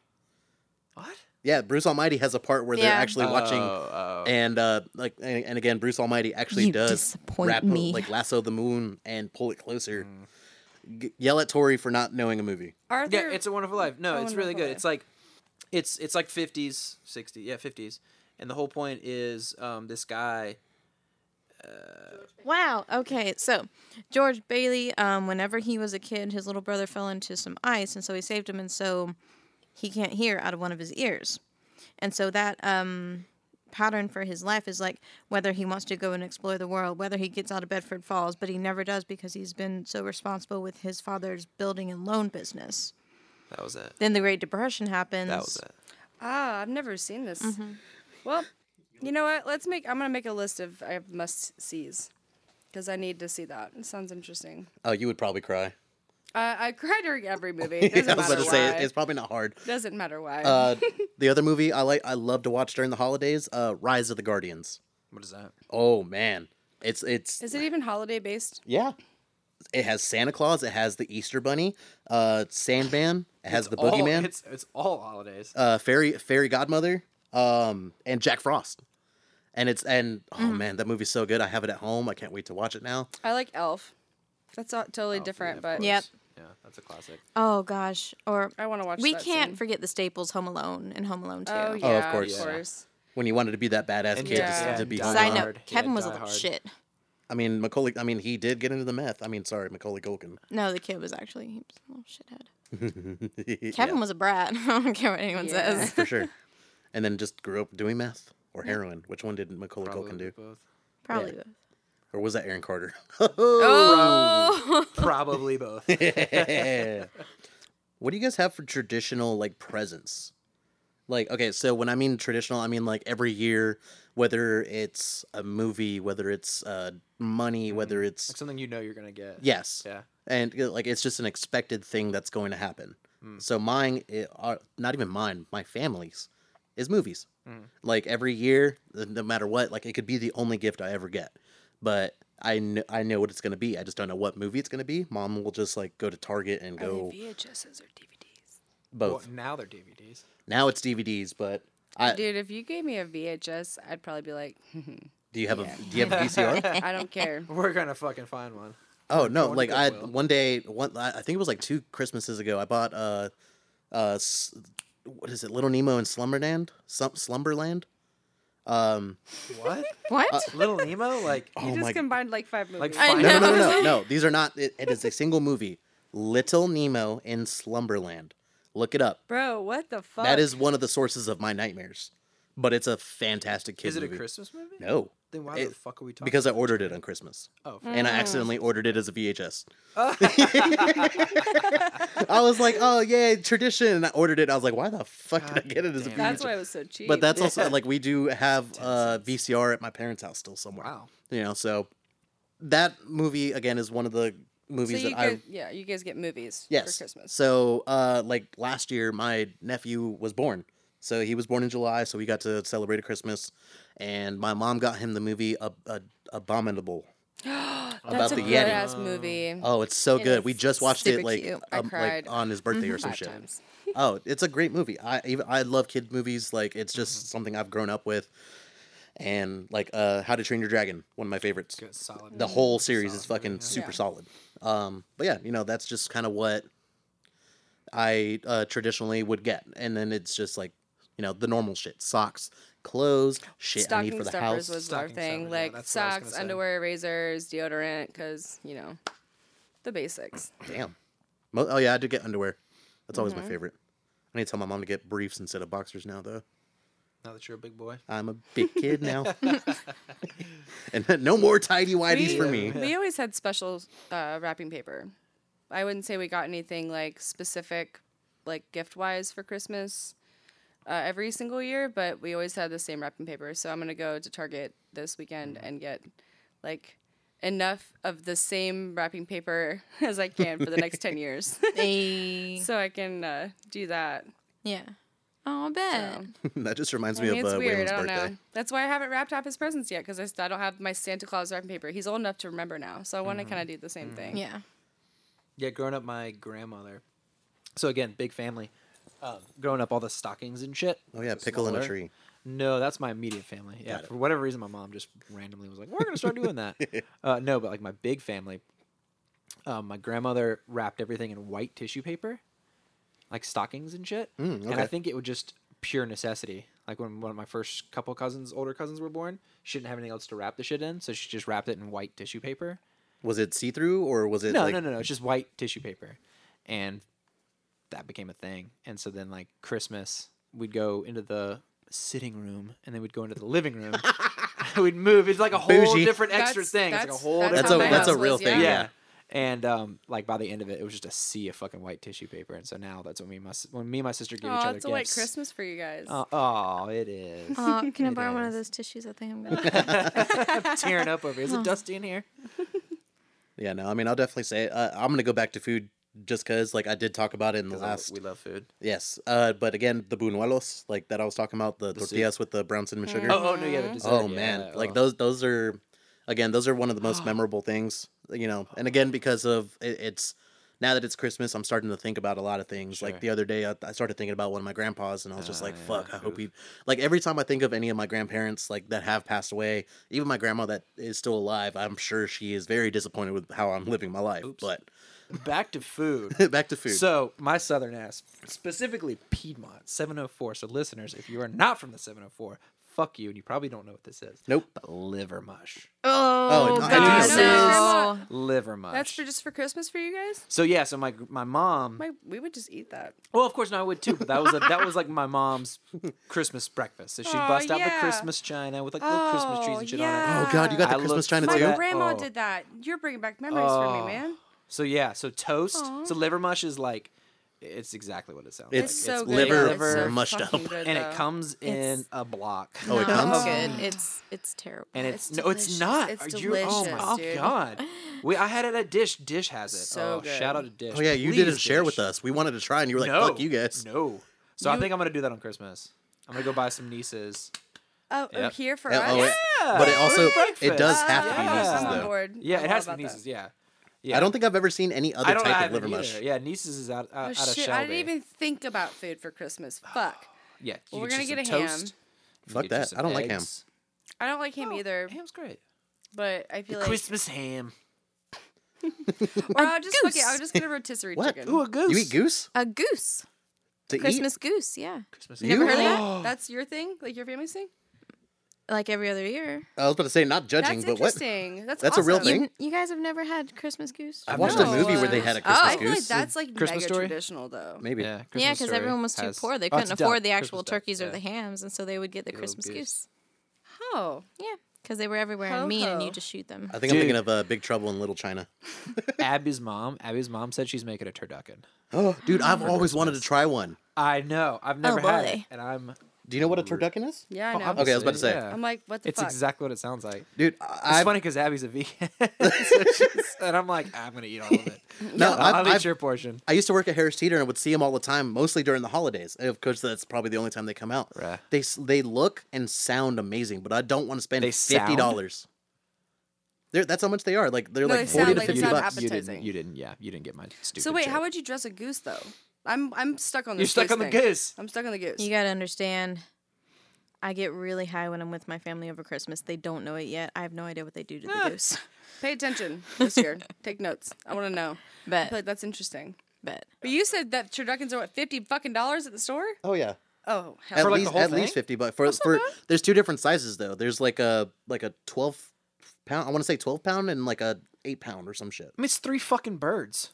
D: What?
C: Yeah, Bruce Almighty has a part where they're
A: Yeah.
C: actually watching,
D: Oh, oh.
C: and uh, like, and, and again, Bruce Almighty actually
A: You
C: does
A: disappoint
C: wrap-
A: me.
C: like lasso the moon and pull it closer.
B: Mm.
C: G- yell at Tori for not knowing a movie.
B: Arthur.
D: Yeah, it's a Wonderful Life. No,
B: A
D: it's really
B: Wonderful
D: good.
B: Life.
D: It's like, it's it's like fifties, sixty, yeah, fifties, and the whole point is um this guy.
A: Wow. Okay. So, George Bailey, um, whenever he was a kid, his little brother fell into some ice, and so he saved him, and so he can't hear out of one of his ears. And so that um, pattern for his life is like whether he wants to go and explore the world, whether he gets out of Bedford Falls, but he never does because he's been so responsible with his father's building and loan business.
D: That was it.
A: Then the Great Depression happens.
D: That was it.
B: Ah, I've never seen this.
A: Mm-hmm.
B: Well, you know what? Let's make. I'm gonna make a list of I must sees, because I need to see that. It sounds interesting.
C: Oh, you would probably cry.
B: Uh, I cry during
C: (laughs)
B: every movie. (laughs) It
C: I
B: doesn't
C: was
B: matter
C: about
B: why.
C: to say it- it's probably not hard.
B: doesn't matter why.
C: Uh, the other movie I like, I love to watch during the holidays, uh, Rise of the Guardians.
D: What is that?
C: Oh man, it's it's
B: is it even holiday based?
C: Yeah. It has Santa Claus. It has the Easter Bunny, uh, Sandman. It has the
D: All-
C: Boogeyman,
D: it's it's all holidays.
C: uh, fairy fairy godmother, um, and Jack Frost. And it's and oh
A: Mm-hmm.
C: man, that movie's so good. I have it at home. I can't wait to watch it now.
B: I like Elf. That's not totally
D: Oh,
B: different,
D: of
B: but
D: course.
A: Yep.
D: Yeah, that's a classic.
A: Oh gosh. Or
B: I want to watch.
A: we
B: that
A: can't
B: soon.
A: forget the Staples Home Alone and Home Alone 2.
B: Oh yeah,
C: Oh, of course.
B: Of
D: Yeah.
B: course.
C: When you wanted to be that badass
D: And
C: kid
B: yeah.
C: to,
B: Yeah,
C: to be
D: Die
C: home.
A: Side
D: Hard.
A: note,
D: Yeah,
A: Kevin was
D: Die
A: a
D: Hard.
A: shit.
C: I mean, Macaulay. I mean, he did get into the meth. I mean, sorry, Macaulay Culkin.
A: No, the kid was actually he was a little shithead.
C: yeah,
A: Kevin was a brat. (laughs) I don't care what anyone
B: Yeah.
A: says.
C: (laughs) for sure. And then just grew up doing meth or heroin. Which one did Macaulay Culkin
D: Probably
C: do?
D: both.
A: Probably.
C: Yeah.
A: both.
C: Or was that Aaron Carter?
A: Oh,
D: Probably both.
C: (laughs) What do you guys have for traditional like presents? Like okay, so when I mean traditional, I mean like every year, whether it's a movie, whether it's uh, money, whether it's
D: Like something you know you're gonna get.
C: yes,
D: Yeah.
C: and uh, like it's just an expected thing that's going to happen. So mine i- are not even mine, my family's is movies. Like every year, th- no matter what, like it could be the only gift I ever get, but I know I know what it's gonna be. I just don't know what movie it's gonna be. Mom will just like go to Target and go
B: VHSs or DVDs.
C: both.
D: Well, now they're DVDs.
C: Now it's DVDs, but I,
B: Dude, if you gave me a VHS, I'd probably be like, (laughs)
C: do you have a do you have a VCR?
B: I
C: (laughs)
B: don't care.
D: (laughs) We're gonna fucking find one.
C: oh no!
D: to
C: Like I
D: Goodwill.
C: one day one I I think it was like two Christmases ago. I bought uh uh s- what is it? Little Nemo in Slumberland, Slum- Slumberland. Um.
D: What?
A: what?
C: Uh,
A: (laughs)
D: Little Nemo?
C: (laughs)
D: Like
B: You
C: oh
B: just
C: my!
B: combined like five
D: Like
B: movies.
A: I
D: find
C: no, no,
D: out?
C: no, no,
B: (laughs)
C: no, no. These are not. It, it is a single movie. Little Nemo in Slumberland. Look it up.
B: Bro, what the fuck?
C: That is one of the sources of my nightmares. But it's a fantastic kid
D: Is it a
C: movie.
D: Christmas movie?
C: No.
D: Then why the
C: It-
D: fuck are we talking?
C: Because I ordered it on Christmas.
D: oh,
C: and I
B: Mm.
C: accidentally ordered it as
B: (laughs)
C: a VHS. I was like, oh yeah, tradition. And I ordered it. I was like, why the fuck did I get it as a VHS?
D: damn.
B: That's why it was so cheap.
C: but that's also like we do have uh, VCR at my parents' house still somewhere.
D: wow.
C: You know, so that movie again is one of the
B: so
C: movies
B: you
C: that
B: guys,
C: I
B: yeah, you guys get movies
C: yes.
B: for Christmas. (gasps)
C: So uh, like last year, my nephew was born. So he was born in July, so we got to celebrate a Christmas, and my mom got him the movie Ab- Ab- Abominable.
B: that's
C: about
B: a
C: the
B: good
C: Yeti.
B: ass movie.
C: Oh, it's so good.
A: is
C: We just watched
A: super
C: it like,
A: cute.
B: I
C: um, like,
B: cried Mm-hmm.
C: on his birthday or some
B: five
C: shit.
B: times.
C: Oh, it's a great movie. I even I love kid movies. Like it's just
B: Mm-hmm.
C: something I've grown up with. And like uh How to Train Your Dragon, one of my favorites.
D: Good solid.
C: The
D: movie.
C: whole series is
D: Solid
C: fucking
D: movie,
C: super
B: Yeah.
C: solid. Um but yeah, you know, that's just kind of what I uh traditionally would get. And then it's just like, you know, the normal shit. Socks, clothes, shit I need
B: Stocking
C: for the
B: stuffers
C: house.
B: was our thing.
D: Stocking stuffers, yeah,
B: like
D: that's what I was
B: socks,
D: gonna say.
B: underwear, razors, deodorant, because, you know, the basics. Mm-hmm.
C: Damn. Mo- oh yeah, I did get underwear. That's always my favorite. I I need to tell my mom to get briefs instead of boxers now, though.
D: Now that you're a big boy.
C: I'm a big
B: (laughs)
C: kid now. and no more tidy whities for me. (laughs)
D: We-
B: We always had special uh, wrapping paper. I wouldn't say we got anything like specific, like gift wise for Christmas uh, every single year, but we always had the same wrapping paper. So I'm gonna go to Target this
D: Mm-hmm.
B: weekend and get like enough of the same wrapping paper (laughs) as I can for the next ten
D: (laughs)
B: years,
A: Hey.
B: so I can uh, do that.
A: Yeah. Oh, I bet.
B: So.
C: that just reminds
B: I
C: me
B: mean,
C: of
B: it's
C: uh,
B: weird.
C: Waylon's
B: I don't
C: birthday.
B: know. That's why I haven't wrapped up his presents yet because I, st- I don't have my Santa Claus wrapping paper. He's old enough to remember now, so I want to kind
C: Mm-hmm.
B: of do the same thing.
A: Yeah.
D: Yeah, growing up, my grandmother. So again, big family. Um, growing up, all the stockings and shit.
C: Oh, yeah,
D: was
C: pickle in a
D: smaller.
C: tree.
D: No, that's my immediate family. Yeah,
C: Got it.
D: for whatever reason, my mom just randomly was like, "We're gonna start doing that."
C: (laughs)
D: uh, no, but like my big family, um, my grandmother wrapped everything in white tissue paper, like stockings and shit.
C: Mm,
D: And I
C: okay.
D: think it would just pure necessity. Like when one of my first couple cousins, older cousins, were born, she didn't have anything else to wrap the shit in, so she just wrapped it in white tissue paper.
C: Was it see through or was it
D: No,
C: like
D: no, no, no. It's just white tissue paper, and that became a thing. And so then, like Christmas, we'd go into the sitting room, and then we'd go into the living
C: (laughs)
D: room. (laughs) we'd move. It's like a whole
C: Bougie.
D: different extra
B: That's-
D: thing. It's like a
B: that's-
D: whole
B: that's
C: That's
D: different.
B: how
C: a
B: my
C: that's a
B: house
C: real
B: was,
C: thing.
D: yeah.
C: Yeah.
D: And um, like by the end of it, it was just a sea of fucking white tissue paper. And so now that's when me and my s- when me and my sister give each
B: Oh,
D: other
B: it's a white
D: gifts.
B: Christmas for you guys.
D: Oh, oh, it is.
A: (laughs) Oh, can I
D: It
A: borrow one of
D: is.
A: those tissues? I think I'm gonna.
D: (laughs) I'm tearing up over. here. Is it dusty in here?
C: Yeah, no, I mean, I'll definitely say it. Uh, I'm gonna go back to food just because, like, I did talk about it in the last.
D: we love food.
C: Yes, uh, but again, the buñuelos, like that I was talking about, the,
D: soup.
C: tortillas with the brown
B: Mm.
C: cinnamon sugar.
D: Oh, oh no, yeah, the dessert.
C: Oh
D: yeah,
C: man, like
D: oh.
C: those those are again those are one of the
D: (gasps)
C: most memorable things, you know.
D: Oh.
C: And again, because of it, it's now that it's Christmas, I'm starting to think about a lot of things.
D: Sure.
C: Like the other day, I, I started thinking about one of my grandpas, and I was just
D: Ah,
C: like,
D: yeah,
C: "Fuck, I hope
D: oof.
C: he." Like every time I think of any of my grandparents, like that have passed away, even my grandma that is still alive, I'm sure she is very disappointed with how I'm living my life. But (laughs)
D: Back to food.
C: back to food.
D: So my southern ass, specifically Piedmont 704. So listeners, if you are not from the 704, fuck you, and you probably don't know what this is.
C: Nope.
D: But liver mush.
A: (laughs) Oh,
C: Oh, no, I do
A: God,
C: know
A: no.
B: this.
D: Liver mush.
B: That's for just for Christmas for you guys.
D: so yeah, so my my mom.
B: My, we would just eat that.
D: well, of course, no, I would too. But that was a, that was like
C: (laughs)
D: my mom's Christmas breakfast. So she'd
B: Aw,
D: bust out the
B: yeah.
D: Christmas china with like little Christmas trees
B: Oh,
D: and shit on it.
B: yeah.
C: oh god, you got
D: I
C: the
D: look
C: Christmas China
B: My
D: forward-
C: too.
D: that-
B: grandma
D: oh.
B: did that. You're bringing back memories for
D: Oh.
B: me, man.
D: So yeah, so toast.
B: Aw.
D: So liver mush is like, it's exactly what it sounds
C: It's-
D: like.
B: It's, so
C: it's
B: good.
C: liver
B: It's so
D: liver
C: mushed
B: fucking
C: up.
B: good,
D: and
B: though.
D: it comes in
A: It's-
D: a block.
C: Oh, it comes.
A: It's good. It's it's terrible.
D: and it's,
B: It's
D: no, it's
B: delicious.
D: not.
B: It's
D: Are you- oh my
B: delicious, dude. (laughs)
D: god! We I had it at Dish. Dish has it.
B: So
D: oh, shout
B: good.
D: out to Dish.
C: (laughs) Oh yeah, you
D: Please,
C: didn't share with
D: Dish.
C: us. We wanted to try, and you were like,
D: no,
C: "Fuck you guys."
D: No. So I think I'm gonna do that on Christmas. I'm gonna go buy some nieces.
B: Oh, oh,
D: Yep.
B: here for
C: Yeah,
B: us.
C: oh, it- but it
D: Yeah,
C: also
D: breakfast.
C: it does have to be
D: Yeah.
C: nieces
B: I'm on
C: though.
B: board.
D: Yeah,
B: I'm
D: it
B: all
D: has to
B: about
D: be nieces.
B: That.
D: Yeah. Yeah.
C: I don't think I've ever seen any other
D: I don't I
C: type of
D: haven't
C: liver
D: either.
C: mush.
D: Yeah, nieces is out out,
B: Oh,
D: out of
B: shit,
D: Shelby.
B: I didn't even think about food for Christmas. Fuck.
D: Yeah.
B: Well,
D: you
B: we're
D: get
B: gonna
D: you
B: get
D: some
B: a ham.
D: toast, you
C: Fuck
D: get you
C: that.
D: some
C: I don't like ham.
D: eggs.
B: I don't like him
D: No,
B: either,
D: Ham's great.
B: but I feel like.
D: Christmas ham.
B: Or I'll just fuck it.
A: goose.
B: I'll just get a rotisserie
C: What?
B: chicken.
D: Ooh, a goose.
C: You eat goose
A: a goose.
C: to
A: Christmas goose. Yeah.
D: Christmas
C: You
D: ham.
B: Never heard of
D: Oh.
C: (gasps)
B: that? That's your thing, like your family's thing.
A: Like every other year.
C: eat. I was about to say not judging,
B: That's
C: but what?
B: interesting. That's
C: That's a real
B: awesome.
C: thing?
A: You, you guys have never had Christmas goose?
C: I
D: I've
C: watched
D: No.
C: a movie where they had a
A: Oh.
C: Christmas
B: I feel like
C: goose.
B: that's like
D: Christmas
B: mega
D: story?
B: traditional though.
C: Maybe.
D: Yeah,
A: yeah,
D: because
A: because everyone was too
D: Oh,
A: poor. They couldn't afford the actual turkeys or the hams, and so they would get the
D: Good old
A: Christmas
D: goose.
A: goose.
B: Oh,
A: Yeah, because they were everywhere and mean, and you
B: Ho-ho.
A: just shoot them.
C: I think I'm thinking
D: Dude.
C: of uh, Big Trouble in Little China.
D: Abby's mom. Abby's mom said she's making a turducken.
C: Oh, dude, I've always wanted to try one.
D: I know. I've never had it,
A: boy.
D: and I'm.
C: Do you know what a turducken is?
B: yeah, Oh, I
D: oh,
B: know.
C: Okay, I was about to
D: obviously,
C: say.
D: yeah.
B: I'm like, what the
D: It's
B: fuck?
D: exactly what it sounds like.
C: Dude,
D: It's
C: I- I've
D: funny because Abby's
C: (laughs)
D: a vegan, (laughs) So she's- and I'm like, I'm gonna eat all
B: (laughs)
D: of it.
C: no,
D: I'll
C: I've,
D: eat
C: I've,
D: your portion.
C: I used to work at Harris Teeter and would see them all the time, mostly during the holidays. And of course, that's probably the only time they come out.
D: Right.
C: They s- they look and sound amazing, but I don't want to spend
D: They
C: fifty dollars. They're, that's how much they are. Like they're
B: No,
C: like
B: they
C: forty
B: sound
C: to
B: like they
C: fifty
B: sound
C: bucks.
B: appet-
D: You didn't.
B: appetizing.
D: You didn't. Yeah, you didn't get my stupid.
B: So wait,
D: shit.
B: how would you dress a goose though? I'm I'm stuck on
D: You're
B: this.
D: stuck on the
B: thing.
D: goose.
B: I'm stuck on the goose.
A: You gotta understand. I get really high when I'm with my family over Christmas. They don't know it yet. I have no idea what they do to the goose. (laughs)
B: Pay
C: (laughs)
B: attention this year. Take notes. I want to know. I feel
A: But
B: like that's interesting.
A: but
B: But you said that turduckens are what fifty fucking dollars at the store?
C: Oh yeah.
B: Oh
C: at
B: hell.
D: For, like, the
C: least
D: whole
C: at least
D: thing?
C: fifty bucks for for. There's two different sizes though. There's like a like a twelve pound. I want to say twelve pound and like a eight pound or some shit.
D: I mean, it's three fucking birds.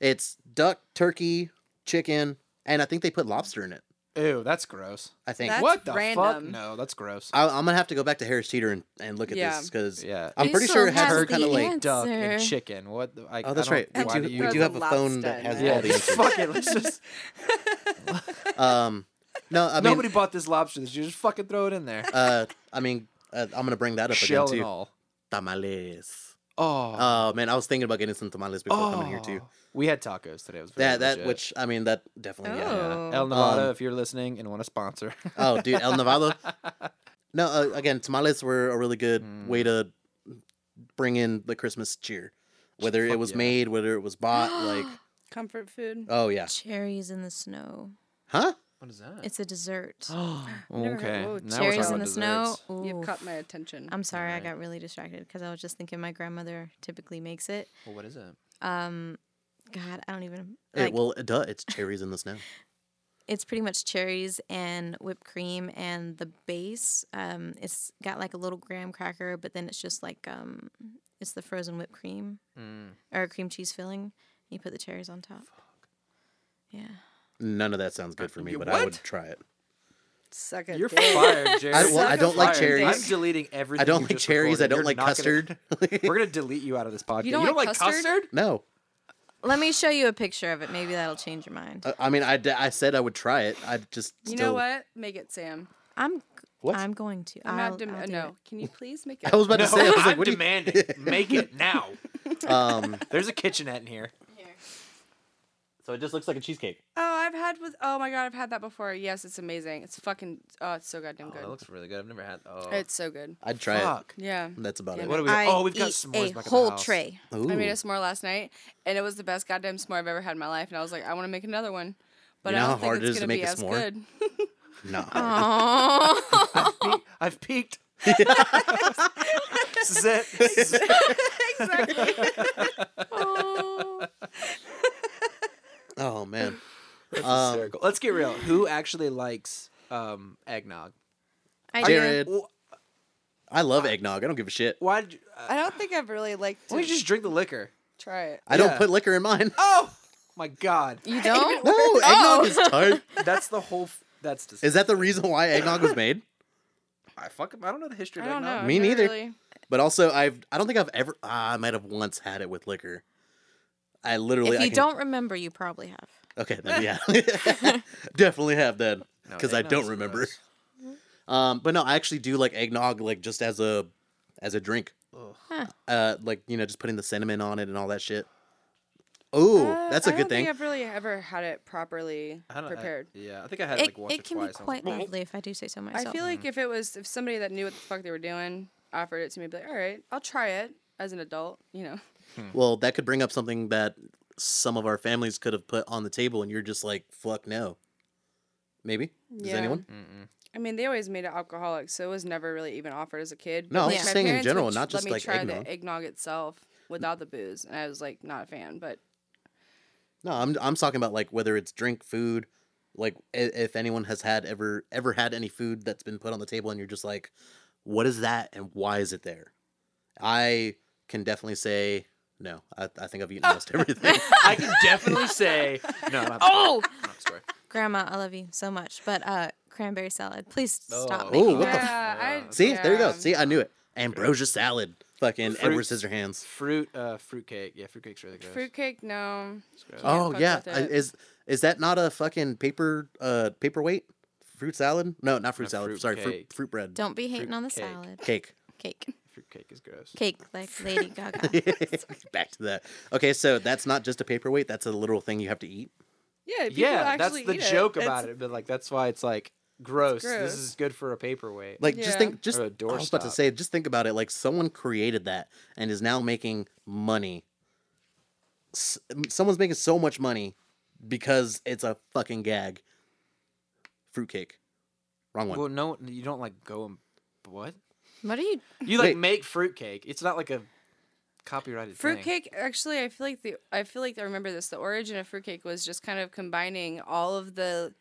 C: It's duck, turkey, chicken, and I think they put lobster in it.
D: Ew, that's gross.
C: I think.
B: That's
D: what the fuck?
B: random.
D: No, that's gross.
C: I, I'm gonna have to go back to Harris Teeter and, and look at
B: Yeah.
C: this because
D: yeah.
C: I'm
A: You
C: pretty
A: still
C: sure it has
A: have
C: some kind
A: the
C: of like.
A: answer.
D: duck and
A: Sir.
D: chicken. What? The, I,
C: Oh, that's
D: I don't-
C: right. We
D: why
C: do,
D: do you- (laughs)
C: we do
B: Throw
C: have
B: the
C: a phone
B: lobster
C: that
B: in
C: has
B: there.
D: Yeah,
C: all the
B: (laughs)
D: just
C: answers.
D: (laughs) fuck it. Let's just.
C: Um, no, I mean,
D: Nobody bought this lobster. This year. Just fucking throw it in
C: (laughs)
D: there.
C: uh, I mean, uh, I'm gonna bring that up
D: Shell
C: again
D: and
C: too.
D: all.
C: Tamales.
D: Oh.
C: Oh man, I was thinking about getting some tamales before coming here too.
D: oh. We had tacos today. It was very
C: That that
D: legit.
C: which I mean that definitely yeah.
D: Yeah.
A: Oh.
D: El Nevada,
C: Um,
D: if you're listening and want to sponsor. (laughs)
C: Oh, dude, El Navallo. No, uh, again, tamales were a really good
D: Mm.
C: way to bring in the Christmas cheer. Whether it
D: Fuck
C: was
D: yeah.
C: made, whether it was bought, like,
D: (gasps)
B: Comfort food.
C: oh yeah,
A: Cherries in the snow.
C: huh?
D: What is (gasps) that?
A: It's a dessert.
D: Oh,
B: never heard-
D: okay.
B: whoa,
D: Now we're
A: Cherries
D: talking
A: in the
D: about
A: snow.
D: desserts.
B: You've
C: Oh.
A: Oof.
B: caught my attention.
A: I'm sorry,
D: Alright.
A: I got really distracted because I was just thinking my grandmother typically makes it.
D: Well, what is it?
A: Um, God, I don't even.
C: Hey,
A: Like,
C: well, duh, it's cherries in the snow.
A: it's pretty much cherries and whipped cream, and the base. Um, it's got like a little graham cracker, but then it's just like um, it's the frozen whipped cream
D: Mm.
A: or cream cheese filling. you put the cherries on top. Yeah.
C: None of that sounds good for me,
D: You
C: but I would
D: what?
C: try it.
B: Suck it.
D: You're
B: dick.
A: (laughs)
D: fired, Jerry.
C: I, well, I
B: Suck
C: don't
B: a
C: like
B: fucking
C: cherries.
D: I'm deleting everything.
C: I don't
D: you
C: like
D: just
C: cherries. I
D: recorded.
C: don't
D: You're
C: like
D: not
C: custard. (laughs)
D: Gonna, (laughs) we're gonna delete you out of this podcast.
B: don't like custard?
C: no,
A: Let me show you a picture of it. Maybe that'll change your
D: Uh,
A: mind.
C: Uh, I, I mean, I, d- I said I would try it. I just
B: You
C: still,
B: know what? Make it, Sam.
A: I'm.
C: What?
A: I'm going to.
B: I'm
A: I'll,
B: not dem-
A: I'll do
B: uh, no.
A: it.
B: Can you please
C: (laughs)
B: make it?
C: I was about
D: No,
C: to say. I
D: (laughs)
C: was like,
D: I'm
C: what do you-
D: demanding.
C: (laughs)
D: Make it now.
C: um,
D: (laughs) There's a kitchenette in here.
C: so it just looks like a cheesecake.
B: oh, I've had with. Oh my god, I've had that before. Yes, it's amazing. It's fucking. Oh, it's so goddamn good.
D: That looks really good. I've never had. Oh,
B: it's so good.
C: I'd try
D: fuck.
B: Yeah.
C: it. That's about
B: Yeah,
C: it.
D: What do we?
A: I
D: oh, we've got
A: eat
D: s'mores
A: a
D: back at the
A: whole
D: house. (laughs)
A: tray.
B: I made
C: Ooh.
B: a s'more last night, and it was the best goddamn s'more I've ever had in my life. And I was like, I want to make another one, but I
C: You know
B: don't
C: how
B: think
C: hard it
B: it's
C: is to
B: gonna
C: make
B: be
C: a
B: as
C: s'more?
B: good.
C: (laughs)
B: (laughs)
C: No.
A: Oh.
D: I've, pe- I've peaked. (laughs) this is it. This is it.
B: exactly.
C: Oh man. Um,
D: Hysterical. Let's get real. Who actually likes um, eggnog?
A: I do.
C: Jared, I love eggnog. I don't give a shit.
D: Why did you, uh,
B: I don't think I've really liked to
D: why don't you just drink the liquor?
B: try it.
C: I
D: Yeah.
C: don't put liquor in mine. (laughs)
D: Oh my god.
A: You (laughs)
D: (laughs)
A: don't?
C: No, Oh, eggnog is tart.
D: That's the whole. F- that's disgusting.
C: Is that the reason why eggnog was made?
D: I fuck. I don't know the history
B: I
D: of
B: don't
D: eggnog.
B: know. I've
C: Me
B: never
C: neither.
B: really-
C: But also, I've I don't think I've ever. ah, I might have once had it with liquor. I literally.
A: If
C: I
A: you
C: can-
A: don't remember, you probably have.
C: Okay, then yeah, (laughs) definitely have that
D: No,
C: because I
D: eggnog's
C: don't remember.
D: gross.
C: Um, but no, I actually do like eggnog, like just as a as a drink.
D: Ugh.
A: Huh.
C: Uh, like you know, just putting the cinnamon on it and all that shit. Ooh,
B: Uh,
C: that's a
B: I
C: good
B: don't
C: thing.
B: Think I've really ever had it properly
D: I don't, I-
B: prepared.
D: yeah, I think I had
A: It,
D: it, like once or
A: it can be
D: twice. I was like,
A: quite
D: (laughs)
A: lovely if I do say so
B: I
A: myself.
B: feel like if it was if somebody that knew what the fuck they were doing offered it to me, I'd be like, all right, I'll try it as an adult. You know,
C: Well, that could bring up something that some of our families could have put on the table, and you're just like, fuck no. Maybe? Does
B: Yeah.
C: anyone?
B: I mean, they always made it alcoholic, so it was never really even offered as a kid. but,
C: No, I'm
B: like,
C: just
B: my
C: saying in
B: parents would
C: general,
B: ch-
C: not just,
B: let me
C: like,
B: try
C: eggnog.
B: the eggnog itself without the booze, and I was like not a fan. But
C: No, I'm, I'm talking about like whether it's drink, food, like i- if anyone has had ever ever had any food that's been put on the table, and you're just like, what is that, and why is it there? I can definitely say no. I, I think I've eaten most
B: (laughs)
C: everything.
D: I can definitely say no.
A: (laughs)
D: Not oh, not story.
A: Grandma, I love you so much, but uh, cranberry salad, please stop.
D: Oh.
A: making
C: Ooh, what the
A: that.
C: f-
B: yeah, I,
C: See, there you go.
B: yeah.
C: See, I knew it. Ambrosia salad, fucking Edward
D: Fruits.
C: Scissorhands.
D: Fruit, uh, fruitcake. Yeah, fruitcake's really gross.
B: Fruitcake, no.
D: It's gross.
B: Can't
C: Oh
B: fuck
C: yeah,
B: with
C: I-
B: it.
C: is is that not a fucking paper uh paperweight fruit salad? No, not fruit
D: No,
C: salad.
D: fruit
C: Sorry,
D: cake.
C: fruit fruit bread
A: Don't be hating on the
D: Fruitcake.
A: salad.
C: (laughs) cake.
A: Cake.
D: Fruitcake is gross.
A: Cake, like Lady
C: (laughs)
A: Gaga.
C: Back to that. Okay, so that's not just a paperweight. That's a literal thing you have to eat.
B: Yeah, people
D: Yeah, that's
B: actually
D: the
B: eat
D: joke
B: it.
D: about
B: It's-
D: it. But like, that's why it's like gross. This
B: gross.
D: is good for a paperweight.
C: Like just
B: Yeah.
C: think, just
D: Or
C: I
D: a
C: was about to
D: doorstop.
C: say, just think about it. Like someone created that and is now making money. S- m- someone's making so much money because it's a fucking gag. Fruitcake, wrong one.
D: well, no, you don't like go and what?
A: what are you?
D: You like
C: Wait.
D: make fruitcake. It's not like a copyrighted Thing.
B: Fruitcake, actually, I feel like the I feel like I remember this. The origin of fruitcake was just kind of combining all of the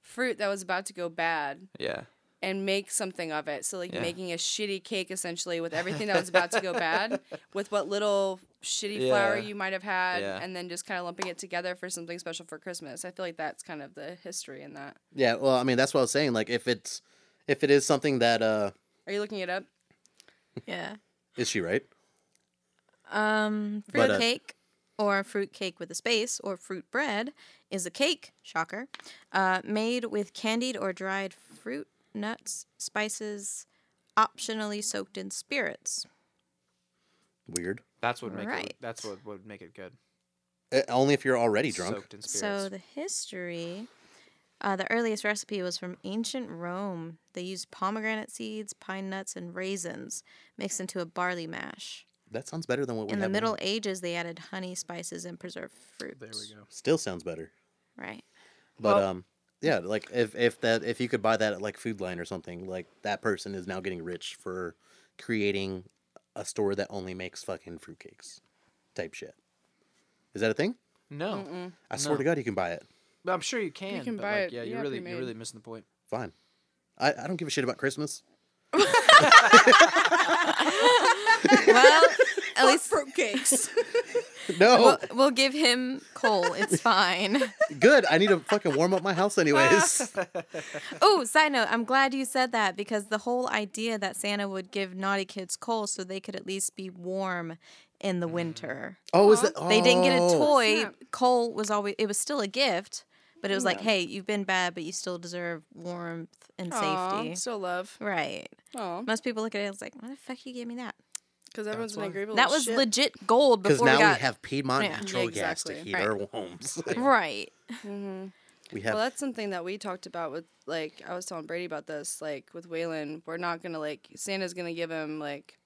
B: fruit that was about to go bad
D: Yeah.
B: and make something of it. So like
D: Yeah.
B: making a shitty cake essentially with everything that was about to
D: (laughs)
B: go bad, with what little shitty flour
D: Yeah.
B: you might have had,
D: Yeah.
B: and then just kind of lumping it together for something special for Christmas. I feel like that's kind of the history in that.
C: Yeah, well, I mean, that's what I was saying. Like, if it's if it is something that uh,
B: Are you looking it up?
A: Yeah.
C: is she right?
A: Um, fruit
C: But, uh,
A: cake or fruit cake with a space or fruit bread is a cake, shocker, uh, made with candied or dried fruit, nuts, spices, optionally soaked in spirits.
C: Weird.
D: That's what make
A: Right.
D: it. That's what would make it good.
C: Uh, only if you're already drunk.
D: Soaked in spirits.
A: So the history. Uh, the earliest recipe was from ancient Rome. They used pomegranate seeds, pine nuts, and raisins mixed into a barley mash.
C: That sounds better than what we
A: In the
C: have
A: Middle Ages, they added honey, spices, and preserved fruits.
D: there we go.
C: Still sounds better.
A: Right.
C: But
D: Well-
C: um, yeah, like if if that if you could buy that at like Food Line or something, like that person is now getting rich for creating a store that only makes fucking fruitcakes, type shit. Is that a thing?
D: No,
C: I swear to God, you can buy it.
D: but I'm sure you can.
B: can
D: but
B: buy it,
D: like, Yeah,
B: yeah,
D: you're really,
B: pre-made.
D: you're really missing the point.
C: Fine. I, I don't give a shit
A: (laughs)
C: about Christmas. (laughs)
D: (laughs)
A: Well, at
B: (laughs)
A: least
B: Fruit cakes.
C: No,
A: we'll,
D: Oh.
A: we'll give him coal. It's
D: (laughs)
A: fine.
C: good. I need to fucking warm up my
A: (laughs)
C: house anyways. (laughs)
A: Oh, side note, I'm glad you said that because the whole idea that Santa would give naughty kids coal so they could at least be warm in
D: Mm.
A: the winter.
C: Oh, is it?
A: They didn't get a
C: Oh.
A: toy.
B: Snap.
A: Coal was always it was still a gift, but it was like, hey, you've been bad, but you still deserve warmth and
B: Aw,
A: safety.
B: still love.
A: Right.
B: Aw,
A: Most people look at it as like, why the fuck you gave me that?
B: because everyone's
D: why.
B: an agreeable.
A: that
B: little
A: was
B: shit.
A: legit gold
C: Because
A: before
C: now
A: we
C: we,
A: got
C: have Piedmont
A: Yeah.
C: natural gas to
B: Exactly.
C: heat
A: Right.
C: our homes. (laughs)
A: right.
C: we have
B: Well, that's something that we talked about with like I was telling Brady about this, like with Waylon, we're not gonna like Santa's gonna give him like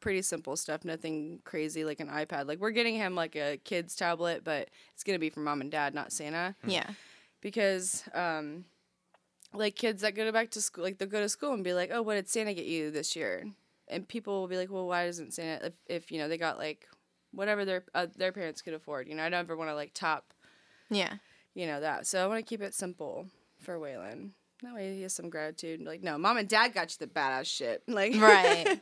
B: pretty simple stuff, nothing crazy like an iPad. Like we're getting him like a kid's tablet, but it's gonna be for mom and dad, not Santa.
C: Mm.
A: Yeah.
B: Because um like kids that go back to school like they'll go to school and be like, Oh, what did Santa get you this year? And people will be like, Well, why doesn't Santa if, if you know, they got like whatever their uh, their parents could afford, you know, I don't ever wanna like top
A: Yeah.
B: you know that. So I want to keep it simple for Waylon. That way he has some gratitude. Like, no, mom and dad got you the badass shit. (laughs) Like,
A: right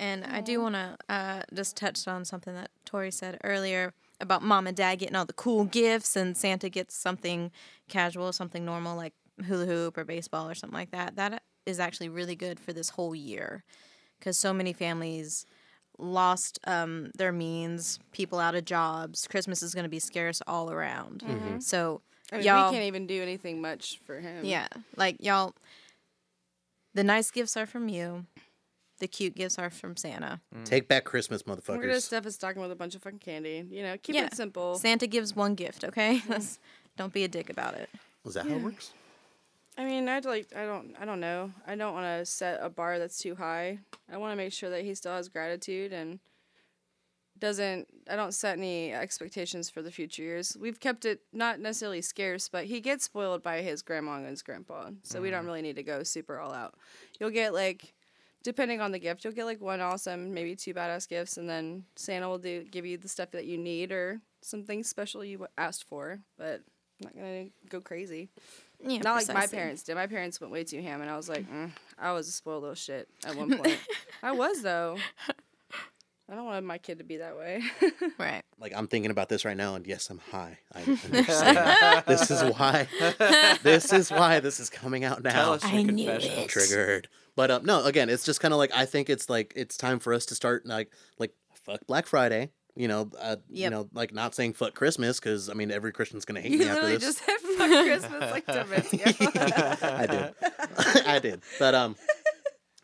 A: and i do want to uh, just touch on something that tori said earlier about mom and dad getting all the cool gifts and santa gets something casual something normal like hula hoop or baseball or something like that that is actually really good for this whole year because so many families lost um, their means people out of jobs christmas is going to be scarce all around so
B: Mm-hmm. I mean,
A: y'all
B: we can't even do anything much for him.
A: yeah. Like y'all the nice gifts are from you. The cute gifts are from Santa.
C: take back Christmas,
B: We're gonna
C: motherfuckers.
B: stuff his stocking with a bunch of fucking candy. You know, keep
A: Yeah.
B: it simple.
A: Santa gives one gift, okay?
B: Hmm.
A: Let's- Don't be a dick about it.
C: Is that how it works?
B: I mean, I'd like, I don't, I don't know. I don't want to set a bar that's too high. I want to make sure that he still has gratitude and doesn't. I don't set any expectations for the future years. We've kept it not necessarily scarce, but he gets spoiled by his grandma and his grandpa, so we don't really need to go super all out. You'll get like, depending on the gift, you'll get like one awesome, maybe two badass gifts, and then Santa will do give you the stuff that you need or something special you asked for. But I'm not gonna go crazy.
A: Yeah,
B: Not like my
A: precisely.
B: parents did. My parents went way too ham, and I was like, mm, I was a spoiled little shit at one (laughs) point. I was though. I don't want my kid to be that (laughs) way.
A: Right.
C: Like I'm thinking about this right now, and yes, I'm high.
A: (laughs)
C: I understand. this is why. This is why this is coming out now.
D: Tell Oh. us your
A: I knew
D: confession.
A: it.
C: triggered. But um, no, again, it's just kind of like I think it's like it's time for us to start like like fuck Black Friday. You know, uh, you
A: Yep.
C: know, like not saying fuck Christmas because I mean every Christian's gonna hate
B: you
C: me after
B: literally
C: this.
B: just said fuck Christmas like two minutes (laughs) ago.
C: I did, (laughs) I did. But um,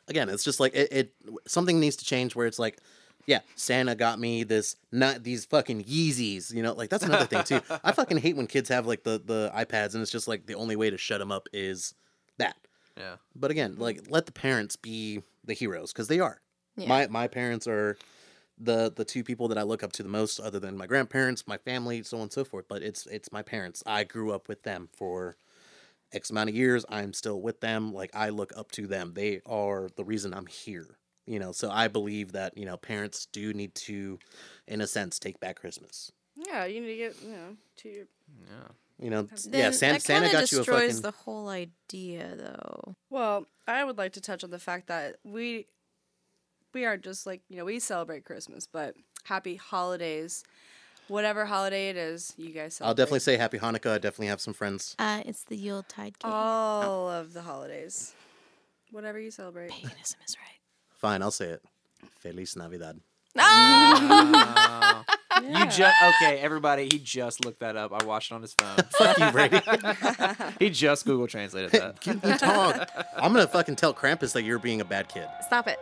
C: again, it's just like it, it. Something needs to change where it's like, yeah, Santa got me this, not these fucking Yeezys. You know, like that's another thing too. I fucking hate when kids have like the the iPads and it's just like the only way to shut them up is that.
D: Yeah.
C: But again, like let the parents be the heroes because they are.
A: Yeah.
C: My my parents are the the two people that I look up to the most, other than my grandparents, my family, so on and so forth. But it's it's my parents. I grew up with them for X amount of years. I'm still with them. Like I look up to them. They are the reason I'm here. You know, so I believe that you know parents do need to, in a sense, take back Christmas.
B: yeah, you need to get you know to your
D: Yeah.
C: You know, yeah,
A: Then
C: San-
A: that
C: Santa
A: kinda
C: got you a
A: destroys
C: fucking.
A: the whole idea, though.
B: Well, I would like to touch on the fact that we we are just like, you know, we celebrate Christmas, but happy holidays. Whatever holiday it is, you guys celebrate.
C: I'll definitely say Happy Hanukkah. I definitely have some friends.
A: Uh, it's the Yuletide
B: Oh.
A: cake.
B: all of the holidays. Whatever you celebrate.
A: Paganism is right.
C: Fine, I'll say it. Feliz Navidad.
D: Wow. You just okay, everybody. He just looked that up. I watched it on his (laughs) phone.
C: Fuck you, (laughs) Brady.
D: he (laughs) just Google translated that.
C: you talk. I'm gonna fucking tell Krampus that you're being a bad kid.
A: Stop it.